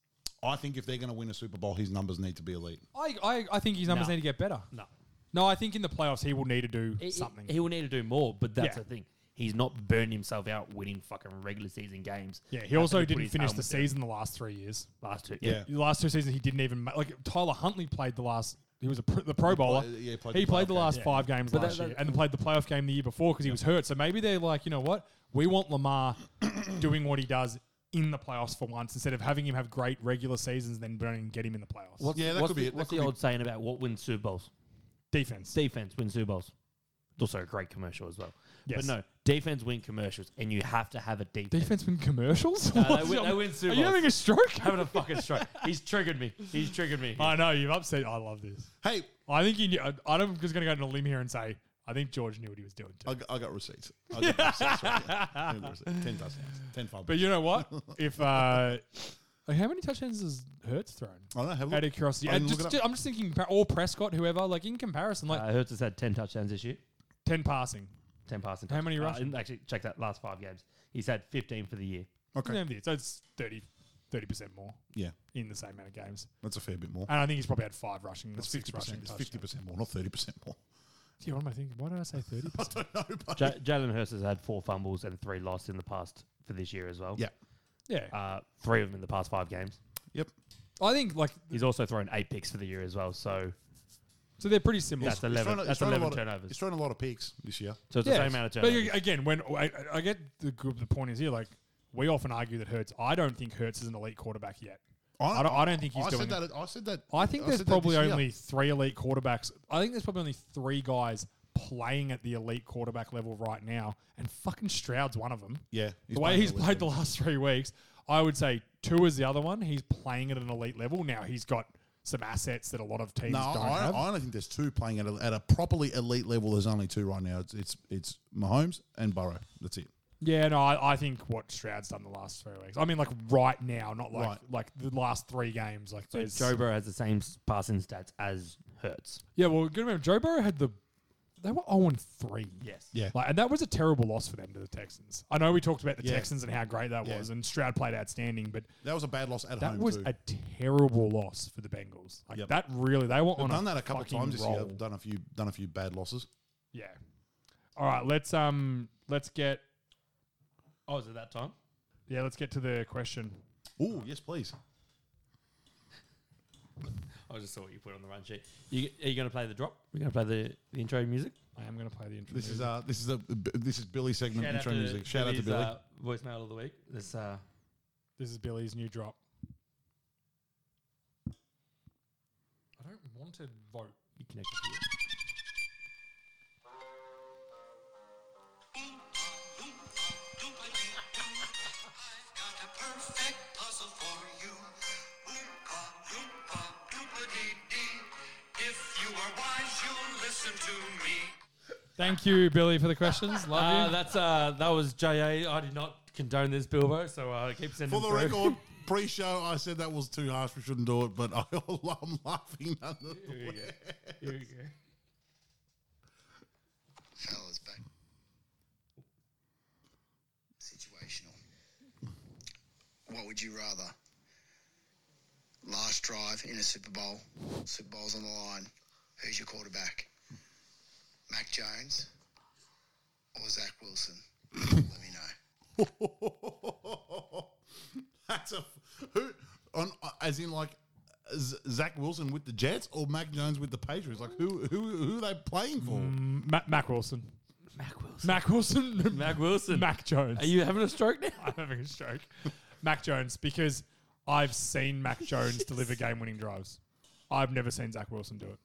S1: I think if they're going to win a Super Bowl, his numbers need to be elite.
S4: I, I, I think his numbers
S3: No.
S4: need to get better.
S3: No.
S4: No, I think in the playoffs he will need to do
S3: He- he-
S4: something.
S3: He will need to do more, but that's
S4: Yeah.
S3: the thing. He's not burned himself out winning fucking regular season games.
S4: yeah, he
S3: That's when
S4: also
S3: put
S4: didn't
S3: his
S4: finish the
S3: helmet down.
S4: season the last three years.
S3: last two.
S1: Yeah.
S4: The last two seasons he didn't even ma- like Tyler Huntley played the last. He was a pro, the Pro Bowler.
S1: played- yeah, he played
S4: he
S1: the
S4: played the
S1: playoff game.
S4: last
S3: Yeah.
S4: five games
S3: But
S4: last
S3: that-
S4: year
S3: that-
S4: and played the playoff game the year before because he was hurt. So maybe they're like, you know what? We want Lamar doing what he does in the playoffs for once instead of having him have great regular seasons and then don't even get him in the playoffs.
S3: What's,
S1: Yeah, that
S3: what's
S1: could be
S3: the-
S1: it. That
S3: What's
S1: could
S3: the
S1: be-
S3: old saying about what wins Super Bowls?
S4: defense?
S3: Defense wins Super Bowls. It's also a great commercial as well.
S4: Yes.
S3: But no, defense win commercials, and you have to have a defense.
S4: Defense win commercials?
S3: No, they
S4: What's
S3: win-
S4: up?
S3: they win Super
S4: Are you
S3: Bowls.
S4: having a stroke?
S3: Having a fucking stroke. He's triggered me. He's triggered me.
S4: I know you've upset. I love this.
S1: Hey,
S4: I think he knew. I- I'm just going to go on a limb here and say, I think George knew what he was doing too.
S1: I got, I got receipts. I got receipts right here. I got receipts. Ten touchdowns. Ten fumbles.
S4: But you know what? if uh, like how many touchdowns has Hertz thrown?
S1: I don't know. Have a
S4: Out of
S1: look.
S4: curiosity,
S1: I
S4: I
S1: didn't look
S4: just,
S1: it up.
S4: I'm just thinking, compar- or Prescott, whoever. Like in comparison, like
S3: Uh, Hertz has had 10 touchdowns this year,
S4: ten passing.
S3: 10 passing
S4: How
S3: touchdowns.
S4: many
S3: Uh,
S4: rushing?
S3: and actually, check that last five games. He's had 15 for the year.
S1: Okay.
S4: Yeah, So it's 30 percent more
S1: Yeah,
S4: in the same amount of games,
S1: that's a fair bit more.
S4: and I think he's probably had five rushing. or
S1: That's
S4: six
S1: fifty percent.
S4: rushing
S1: It's
S4: touchdowns.
S1: fifty percent more, not thirty percent more.
S4: Gee, what am I thinking? Why did I say thirty?
S1: I don't know, but
S3: Ja- Jalen Hurst has had four fumbles and three lost in the past for this year as well.
S1: yeah,
S4: yeah,
S3: Uh, three of them in the past five games.
S1: yep.
S4: I think like
S3: He's also thrown eight picks for the year as well. So
S4: so. They're pretty similar.
S3: that's
S1: He's throwing
S3: 11,
S1: a- he's
S3: that's
S1: throwing a
S3: 11
S1: lot of-
S3: turnovers.
S1: He's thrown a lot of picks this year.
S3: So it's the
S4: Yes.
S3: same amount of
S4: But
S3: turnovers.
S4: ag- again, when I, I get the group, the point is here. Like we often argue that Hertz. I don't think Hertz is an elite quarterback yet. I don't, I don't think he's
S1: I
S4: doing.
S1: said that. I said that.
S4: I think there's
S1: said that this
S4: probably
S1: year.
S4: only three elite quarterbacks. I think there's probably only three guys playing at the elite quarterback level right now, and fucking Stroud's one of them.
S1: Yeah,
S4: the way
S1: playing
S4: he's
S1: with
S4: played
S1: them.
S4: the last three weeks, I would say two is the other one. He's playing at an elite level now. He's got some assets that a lot of teams
S1: No,
S4: don't
S1: I,
S4: have.
S1: I only think there's two playing at a, at a properly elite level. There's only two right now. It's it's it's Mahomes and Burrow. That's it.
S4: yeah, no, I, I think what Stroud's done the last three weeks. I mean, like right now, not like
S1: Right.
S4: like the last three games. Like
S3: So
S4: there's-
S3: Joe Burrow has the same s- passing stats as Hurts.
S4: Yeah, well, good remember Joe Burrow had the they were 0 3.
S3: Yes.
S1: Yeah.
S4: Like, and that was a terrible loss for them to the Texans. I know we talked about the
S1: Yeah.
S4: Texans and how great that
S1: Yeah.
S4: was, and Stroud played outstanding, but
S1: That was a bad loss at
S4: that
S1: home.
S4: was
S1: too.
S4: a terrible loss for the Bengals. Like
S1: Yep.
S4: that really, they were
S1: I've
S4: on
S1: done
S4: a
S1: that a couple of
S4: fucking
S1: times this year.
S4: roll.
S1: I've done a few done a few bad losses.
S4: Yeah. All right, let's um, let's get
S3: Oh, is it that time?
S4: yeah, let's get to the question.
S1: Oh yes, please.
S3: I just saw what you put on the run sheet. You, are you going to play the drop? We're going to play the, the intro music.
S4: I am going to play the intro.
S1: This is
S4: music.
S1: uh this is a this is Billy segment intro music. Shout out to
S3: Billy's,
S1: Billy.
S3: Uh, voicemail of the week. This uh,
S4: this is Billy's new drop. I don't want to vote.
S3: you connected to it.
S4: Thank you, Billy, for the questions. Love you.
S3: Uh, that's uh, that was JA. I did not condone this, Bilbo. So uh, keep sending
S1: For the
S3: through.
S1: record, pre-show I said that was too harsh. We shouldn't do it, but I, I'm laughing.
S3: Here we go. Here we go.
S5: fellas back. Situational. What would you rather? Last drive in a Super Bowl. Super Bowl's on the line. Who's your quarterback? Mac Jones or Zach Wilson? Let me know.
S1: That's a who on as in like Z- Zach Wilson with the Jets or Mac Jones with the Patriots. Like who who who are they playing for?
S4: Ma- Mac Wilson.
S3: Mac Wilson.
S4: Mac Wilson.
S3: Mac Wilson.
S4: Mac Jones.
S3: Are you having a stroke now?
S4: I'm having a stroke. Mac Jones, because I've seen Mac Jones deliver game winning drives. I've never seen Zach Wilson do it.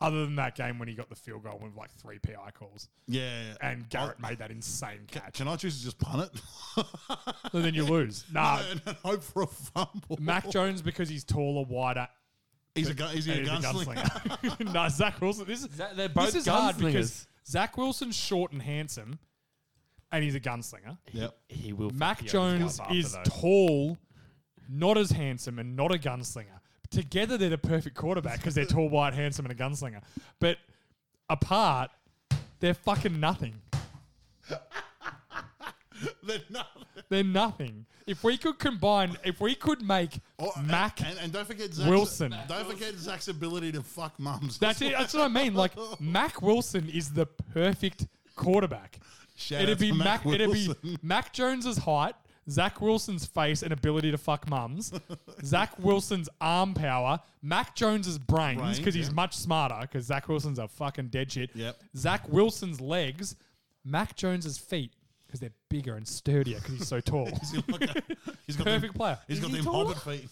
S4: Other than that game when he got the field goal with like three PI calls.
S1: Yeah,
S4: And Garrett made that insane catch.
S1: Can I choose to just punt it
S4: And then you lose. Nah.
S1: and hope for a fumble?
S4: Uh, Mac Jones because he's taller, wider,
S1: he's a gun, he's a
S4: and he's a
S1: gunslinger.
S4: gunslinger. nah, Zach Wilson. This is
S3: Zach- they're both
S4: this is hard
S3: gunslingers.
S4: because Zach Wilson's short and handsome, and he's a gunslinger.
S1: yep.
S3: He will.
S4: Mac
S3: fuck you over
S4: Jones
S3: after
S4: is
S3: though.
S4: tall, not as handsome, and not a gunslinger. Together, they're the perfect quarterback because they're tall, wide, handsome, and a gunslinger. But apart, they're fucking nothing.
S1: They're not-
S4: They're nothing. If we could combine, if we could make
S1: Oh, and-
S4: Mac,
S1: and, and don't forget Zach's,
S4: Wilson.
S1: Don't forget Zach's ability to fuck mums.
S4: that's it. That's what I mean. Like Mac Wilson is the perfect quarterback.
S1: Shout out
S4: it'd be
S1: to
S4: Mac. it'd be
S1: Wilson.
S4: Mac Jones's height, Zach Wilson's face and ability to fuck mums, Zach Wilson's arm power, Mac Jones's brains
S1: Brains,
S4: because he's
S1: yeah.
S4: much smarter because Zach Wilson's a fucking dead shit.
S1: Yep.
S4: Zach Wilson's legs, Mac Jones's feet because they're bigger and sturdier because he's so tall.
S1: He's got
S4: Perfect
S1: them,
S4: player.
S1: He's got them hobbit feet.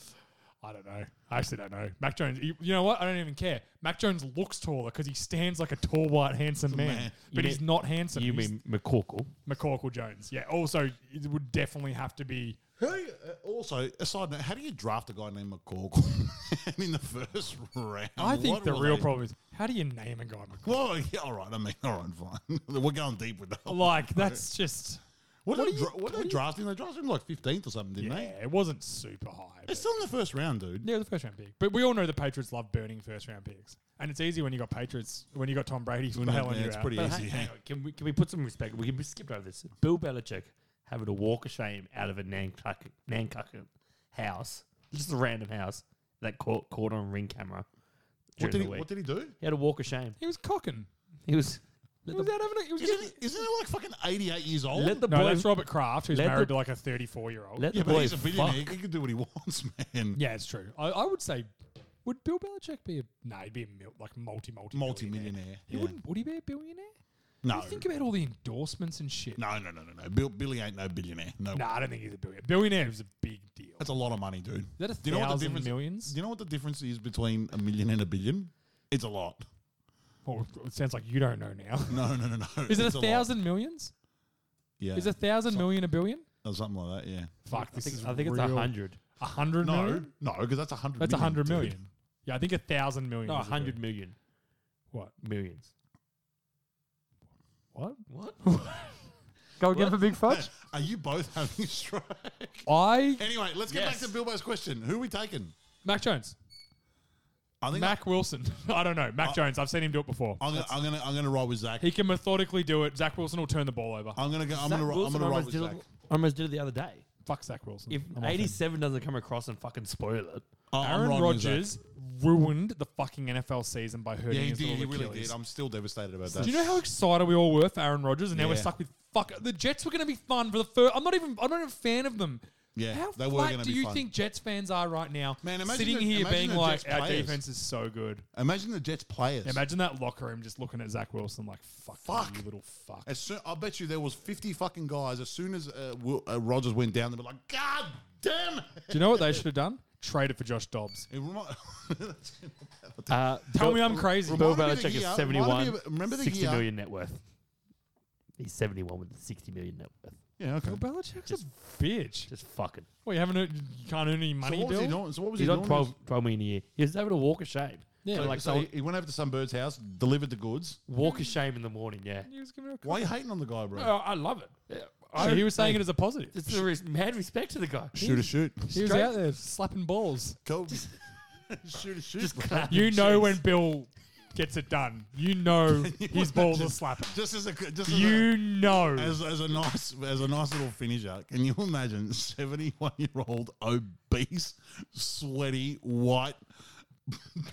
S4: I don't know. I actually don't know. Mac Jones. You, you know what? I don't even care. Mac Jones looks taller because he stands like a tall, white, handsome man,
S1: man.
S4: but
S3: You
S4: he's
S3: mean-
S4: not handsome.
S3: You
S4: He's
S3: mean McCorkle?
S4: McCorkle Jones? Yeah. Also, it would definitely have to be
S1: Who, uh, also, aside note, how do you draft a guy named McCorkle in the first round?
S4: I think
S1: What
S4: the
S1: were
S4: real
S1: they-
S4: problem is how do you name a guy McCorkle?
S1: Well, yeah, all right. I mean, all right, fine. We're going deep with that. one.
S4: Like that's just
S1: What, did
S4: what do
S1: they
S4: you-
S1: dra- what did they draft him? They drafted him like fifteenth or something, didn't
S4: yeah,
S1: they?
S4: it wasn't super high.
S1: It's
S4: But,
S1: still in the first round, dude.
S4: yeah, the first round pick. But we all know the Patriots love burning first round picks, and it's easy when you got Patriots when you got Tom Brady
S1: Yeah,
S4: bailing you
S1: it's
S4: out.
S1: pretty
S3: But hang-
S1: easy.
S3: hang on, Can we can we put some respect? We can be skipped over this. Bill Belichick having a walk of shame out of a Nantucket, Nantucket house, just a random house that caught caught on ring camera.
S1: What
S3: during
S1: did,
S3: the
S1: he,
S3: week.
S1: what did he do?
S3: He had a walk of shame.
S4: he was cocking.
S3: He was let
S4: He was
S3: the,
S4: out having a, he was
S1: Isn't
S4: getting,
S1: he, isn't he like fucking eighty-eight years old?
S3: let the
S4: no,
S3: boy.
S4: that's Robert Kraft, who's
S3: Let
S4: married
S3: the-
S4: to like a thirty-four-year-old.
S3: let
S1: yeah,
S3: the
S1: but
S3: boy
S1: he's a billionaire.
S3: fuck.
S1: He can do what he wants, man.
S4: Yeah, it's true. I, I would say, would Bill Belichick be a no? He'd be a mil, like multi multi
S1: Multi-millionaire.
S4: He
S1: yeah.
S4: wouldn't. Would he be a billionaire?
S1: No.
S4: You think about all the endorsements and shit.
S1: No, no, no, no, no. Bill, Billy ain't no billionaire. No,
S4: Nah, I don't think he's a billionaire. Billionaire is a big deal.
S1: that's a lot of money, dude. Is
S4: that a
S1: do you know what
S4: thousand
S1: the difference,
S4: millions?
S1: Do you know what the difference is between a million and a billion? It's a lot.
S4: Well, it sounds like you don't know now.
S1: No, no, no, no.
S4: Is it
S1: It's
S4: a
S1: lot.
S4: thousand millions?
S1: Yeah.
S4: Is a thousand million a billion?
S1: or something like that. Yeah.
S4: Fuck,
S3: I
S4: this
S3: think,
S4: is
S3: I think it's
S4: real.
S3: a hundred.
S4: A hundred
S1: No,
S4: million?
S1: no, because that's a hundred.
S4: That's a hundred
S1: dude.
S4: million. Yeah, I think a thousand million.
S3: No, a
S4: is it?
S3: hundred million.
S4: What?
S3: Millions.
S4: What?
S3: What?
S4: Go again for Big Fudge?
S1: Are you both having a stroke?
S4: I
S1: Anyway, let's get
S3: Yes.
S1: back to Bilbo's question. Who are we taking?
S4: Mac Jones.
S1: I think
S4: Mac Wilson. I don't know. Mac Jones. I've seen him do it before.
S1: I, am gonna, I'm gonna I'm gonna roll with Zach.
S4: He can methodically do it. Zach Wilson will turn the ball over.
S1: I'm gonna go. I'm gonna roll. I'm gonna roll with Zach.
S3: almost did it the other day.
S4: Fuck Zach Wilson.
S3: If
S4: I'm off him.
S3: 87 doesn't come across and fucking spoil it,
S1: Oh, I'm
S4: Aaron
S1: rolling with Zach.
S4: Rodgers ruined the fucking NFL season by hurting
S1: Yeah, he
S4: his
S1: did. He
S4: little
S1: really
S4: Achilles.
S1: did. I'm still devastated about that.
S4: Do you know how excited we all were for Aaron Rodgers, and now we're
S1: Yeah.
S4: stuck with fuck. The Jets were going to be fun for the first. I'm not even. I'm not even a fan of them.
S1: Yeah,
S4: how
S1: they were
S4: flat
S1: gonna
S4: do
S1: be
S4: you
S1: fun.
S4: think Jets fans are right now?
S1: Man, imagine
S4: sitting
S1: the-
S4: here
S1: imagine
S4: being
S1: the
S4: like,
S1: Jets
S4: our
S1: players."
S4: defense is so good.
S1: Imagine the Jets players.
S4: Imagine that locker room just looking at Zach Wilson like, fuck,
S1: Fuck.
S4: you little fuck.
S1: As soon, I bet you there was 50 fucking guys. As soon as uh, Will, uh, Rogers went down, they were like, "God damn!"
S4: Do you know what they should have done? Traded for Josh Dobbs.
S1: It remi-
S3: uh,
S4: Tell
S3: Bill-
S4: me I'm crazy.
S3: Bill
S1: Reminded me of the
S3: Belichick is
S1: year-
S3: 71,
S1: reminded me of- remember the
S3: 60
S1: year-
S3: million net worth. He's 71 with 60 million net worth.
S1: yeah, okay.
S4: Bill Belichick's a bitch.
S3: Just fucking.
S4: Well, you haven't earned, you can't earn any
S1: So
S4: money,
S1: what was he
S4: Bill.
S1: doing? So what was
S3: He's
S1: he
S3: on
S1: doing?
S3: 12, 12 million a year. He was having a walk of shame.
S4: Yeah,
S3: So,
S1: So,
S3: like
S1: so
S3: so
S1: he, he went over to some bird's house, delivered the goods.
S3: walk of shame in the morning. Yeah,
S4: He was giving her a
S1: Why are you hating on the guy, bro?
S4: Uh,
S3: oh, I love it.
S4: So he was saying it as a positive.
S3: It's a res- mad respect to the guy.
S1: shoot a shoot.
S4: He was
S3: straight-
S4: out there slapping balls.
S1: Go. shoot a shoot.
S3: Just
S1: bro.
S3: clap
S4: You
S3: and
S4: know
S3: cheese.
S4: when Bill gets it done. You know his balls are slapping.
S1: just as a just as a,
S4: You know.
S1: as, as a nice as a nice little finisher, can you imagine seventy one year old obese, sweaty, white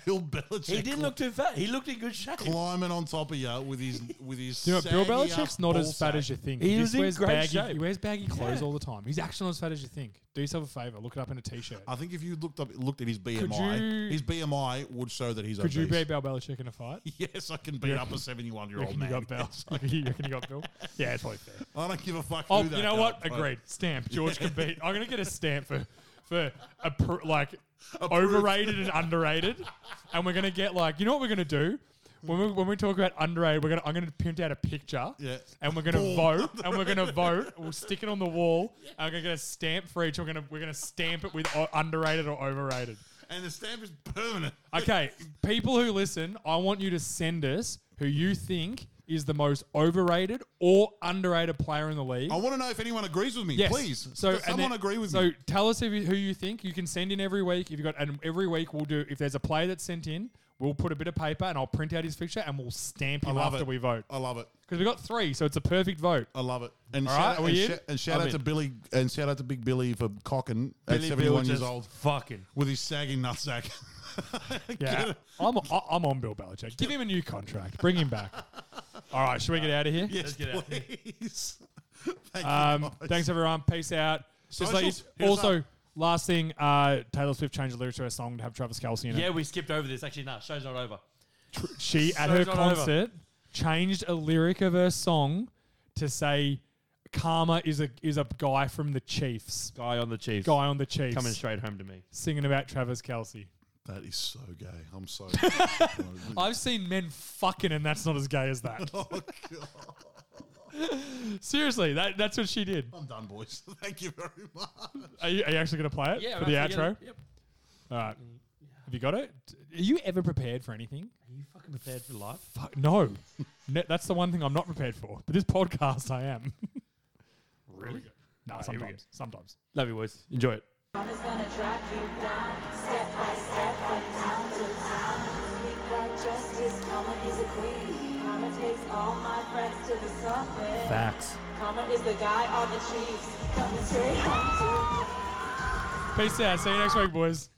S1: Bill Belichick?
S3: He didn't look too fat. He looked in good shape.
S1: climbing on top of you with his with his.
S4: You know, Bill
S1: saggy-ass
S4: Belichick's not as
S1: ball
S4: fat
S1: sack.
S4: as you think.
S3: He
S4: just
S3: was in
S4: wears
S3: great
S4: baggy,
S3: shape.
S4: He wears baggy clothes
S3: Yeah.
S4: all the time. He's actually not as fat as you think. Do yourself a favor. Look it up in a t-shirt.
S1: I think if you looked up looked at his
S4: you-
S1: BMI, his BMI would show that he's
S4: Could
S1: obese.
S4: you beat Bill Belichick in a fight?
S1: Yes, I can beat up a seventy one year
S4: You
S1: old
S4: reckon you
S1: man.
S4: got Bill?
S1: Yes,
S4: you reckon you got Bill? Yeah, it's probably fair.
S1: I don't give a fuck.
S4: Oh,
S1: who that
S4: you know
S1: guy
S4: what?
S1: was.
S4: Agreed. Stamp. George can beat. I'm gonna get a stamp for for a pr- like
S1: Approved.
S4: overrated and underrated, and we're gonna get like you know what we're gonna do. When we, when we talk about underrated, we're gonna I'm gonna print out a picture,
S1: Yeah.
S4: and we're gonna
S1: Boom.
S4: vote, and we're gonna vote. We'll stick it on the wall, and we're gonna get a stamp for each. We're gonna we're gonna stamp it with o- underrated or overrated.
S1: And the stamp is permanent.
S4: Okay, people who listen, I want you to send us who you think is the most overrated or underrated player in the league.
S1: I want to know if anyone agrees with me,
S4: Yes.
S1: please.
S4: So
S1: Does
S4: and
S1: someone
S4: then-
S1: agree with
S4: so
S1: me.
S4: tell us if you, who you think. You can send in every week. If you got and every week we'll do. If there's a player that's sent in, we'll put a bit of paper and I'll print out his picture and we'll stamp
S1: I
S4: him
S1: love
S4: after
S1: it.
S4: we vote
S1: I love it.
S4: because we got three, so it's a perfect vote.
S1: I love it. And
S4: All
S1: shout,
S4: right,
S1: out, and
S4: are we
S1: shout,
S4: in?
S1: and shout
S4: I'm
S1: out
S4: in.
S1: to Billy and shout out to Big Billy for cocking at
S3: Billy
S1: seventy one
S3: Bill
S1: years
S3: just
S1: old
S3: Fucking.
S1: with his sagging nutsack.
S4: Yeah, I'm I- I'm on Bill Belichick. Give him a new contract. Bring him back. All right, should we get out of here?
S1: Yes,
S3: get out.
S1: please. Thank you,
S4: Um,
S1: guys.
S4: thanks everyone. Peace out. Just like-
S1: Socials, hit us
S4: also, last thing, uh, Taylor Swift changed the lyrics to her song to have Travis Kelsey in it.
S3: Yeah, we skipped over this. Actually, no, show's not over.
S4: she at
S3: So
S4: her
S3: it's not over.
S4: concert changed a lyric of her song to say karma is a is a guy from the chiefs
S3: Guy on the Chiefs.
S4: guy on the chiefs
S3: Coming straight home to me.
S4: singing about travis kelsey
S1: That is so gay. I'm so.
S3: Hmm.
S4: i've seen men fucking and that's not as gay as that
S1: oh god!
S4: seriously that, that's what she did
S1: I'm done, boys. Thank you very much.
S4: are you, are you actually going to play it for the outro
S3: Yep.
S4: all right
S3: Mm.
S4: have you got it are you ever prepared for anything
S3: Are you fucking prepared for life?
S4: Fuck, no. Ne- that's the one thing i'm not prepared for but this podcast i am
S3: Really? here we
S4: no
S3: go.
S4: sometimes sometimes
S3: Love you, boys. Enjoy it.
S6: Love is gonna drop you down, step by step, from town to town. Speak that justice, karma is a queen. Karma takes all my friends to the summit.
S3: Facts.
S6: Karma is the guy on the trees, coming straight home to.
S4: peace out see you next week boys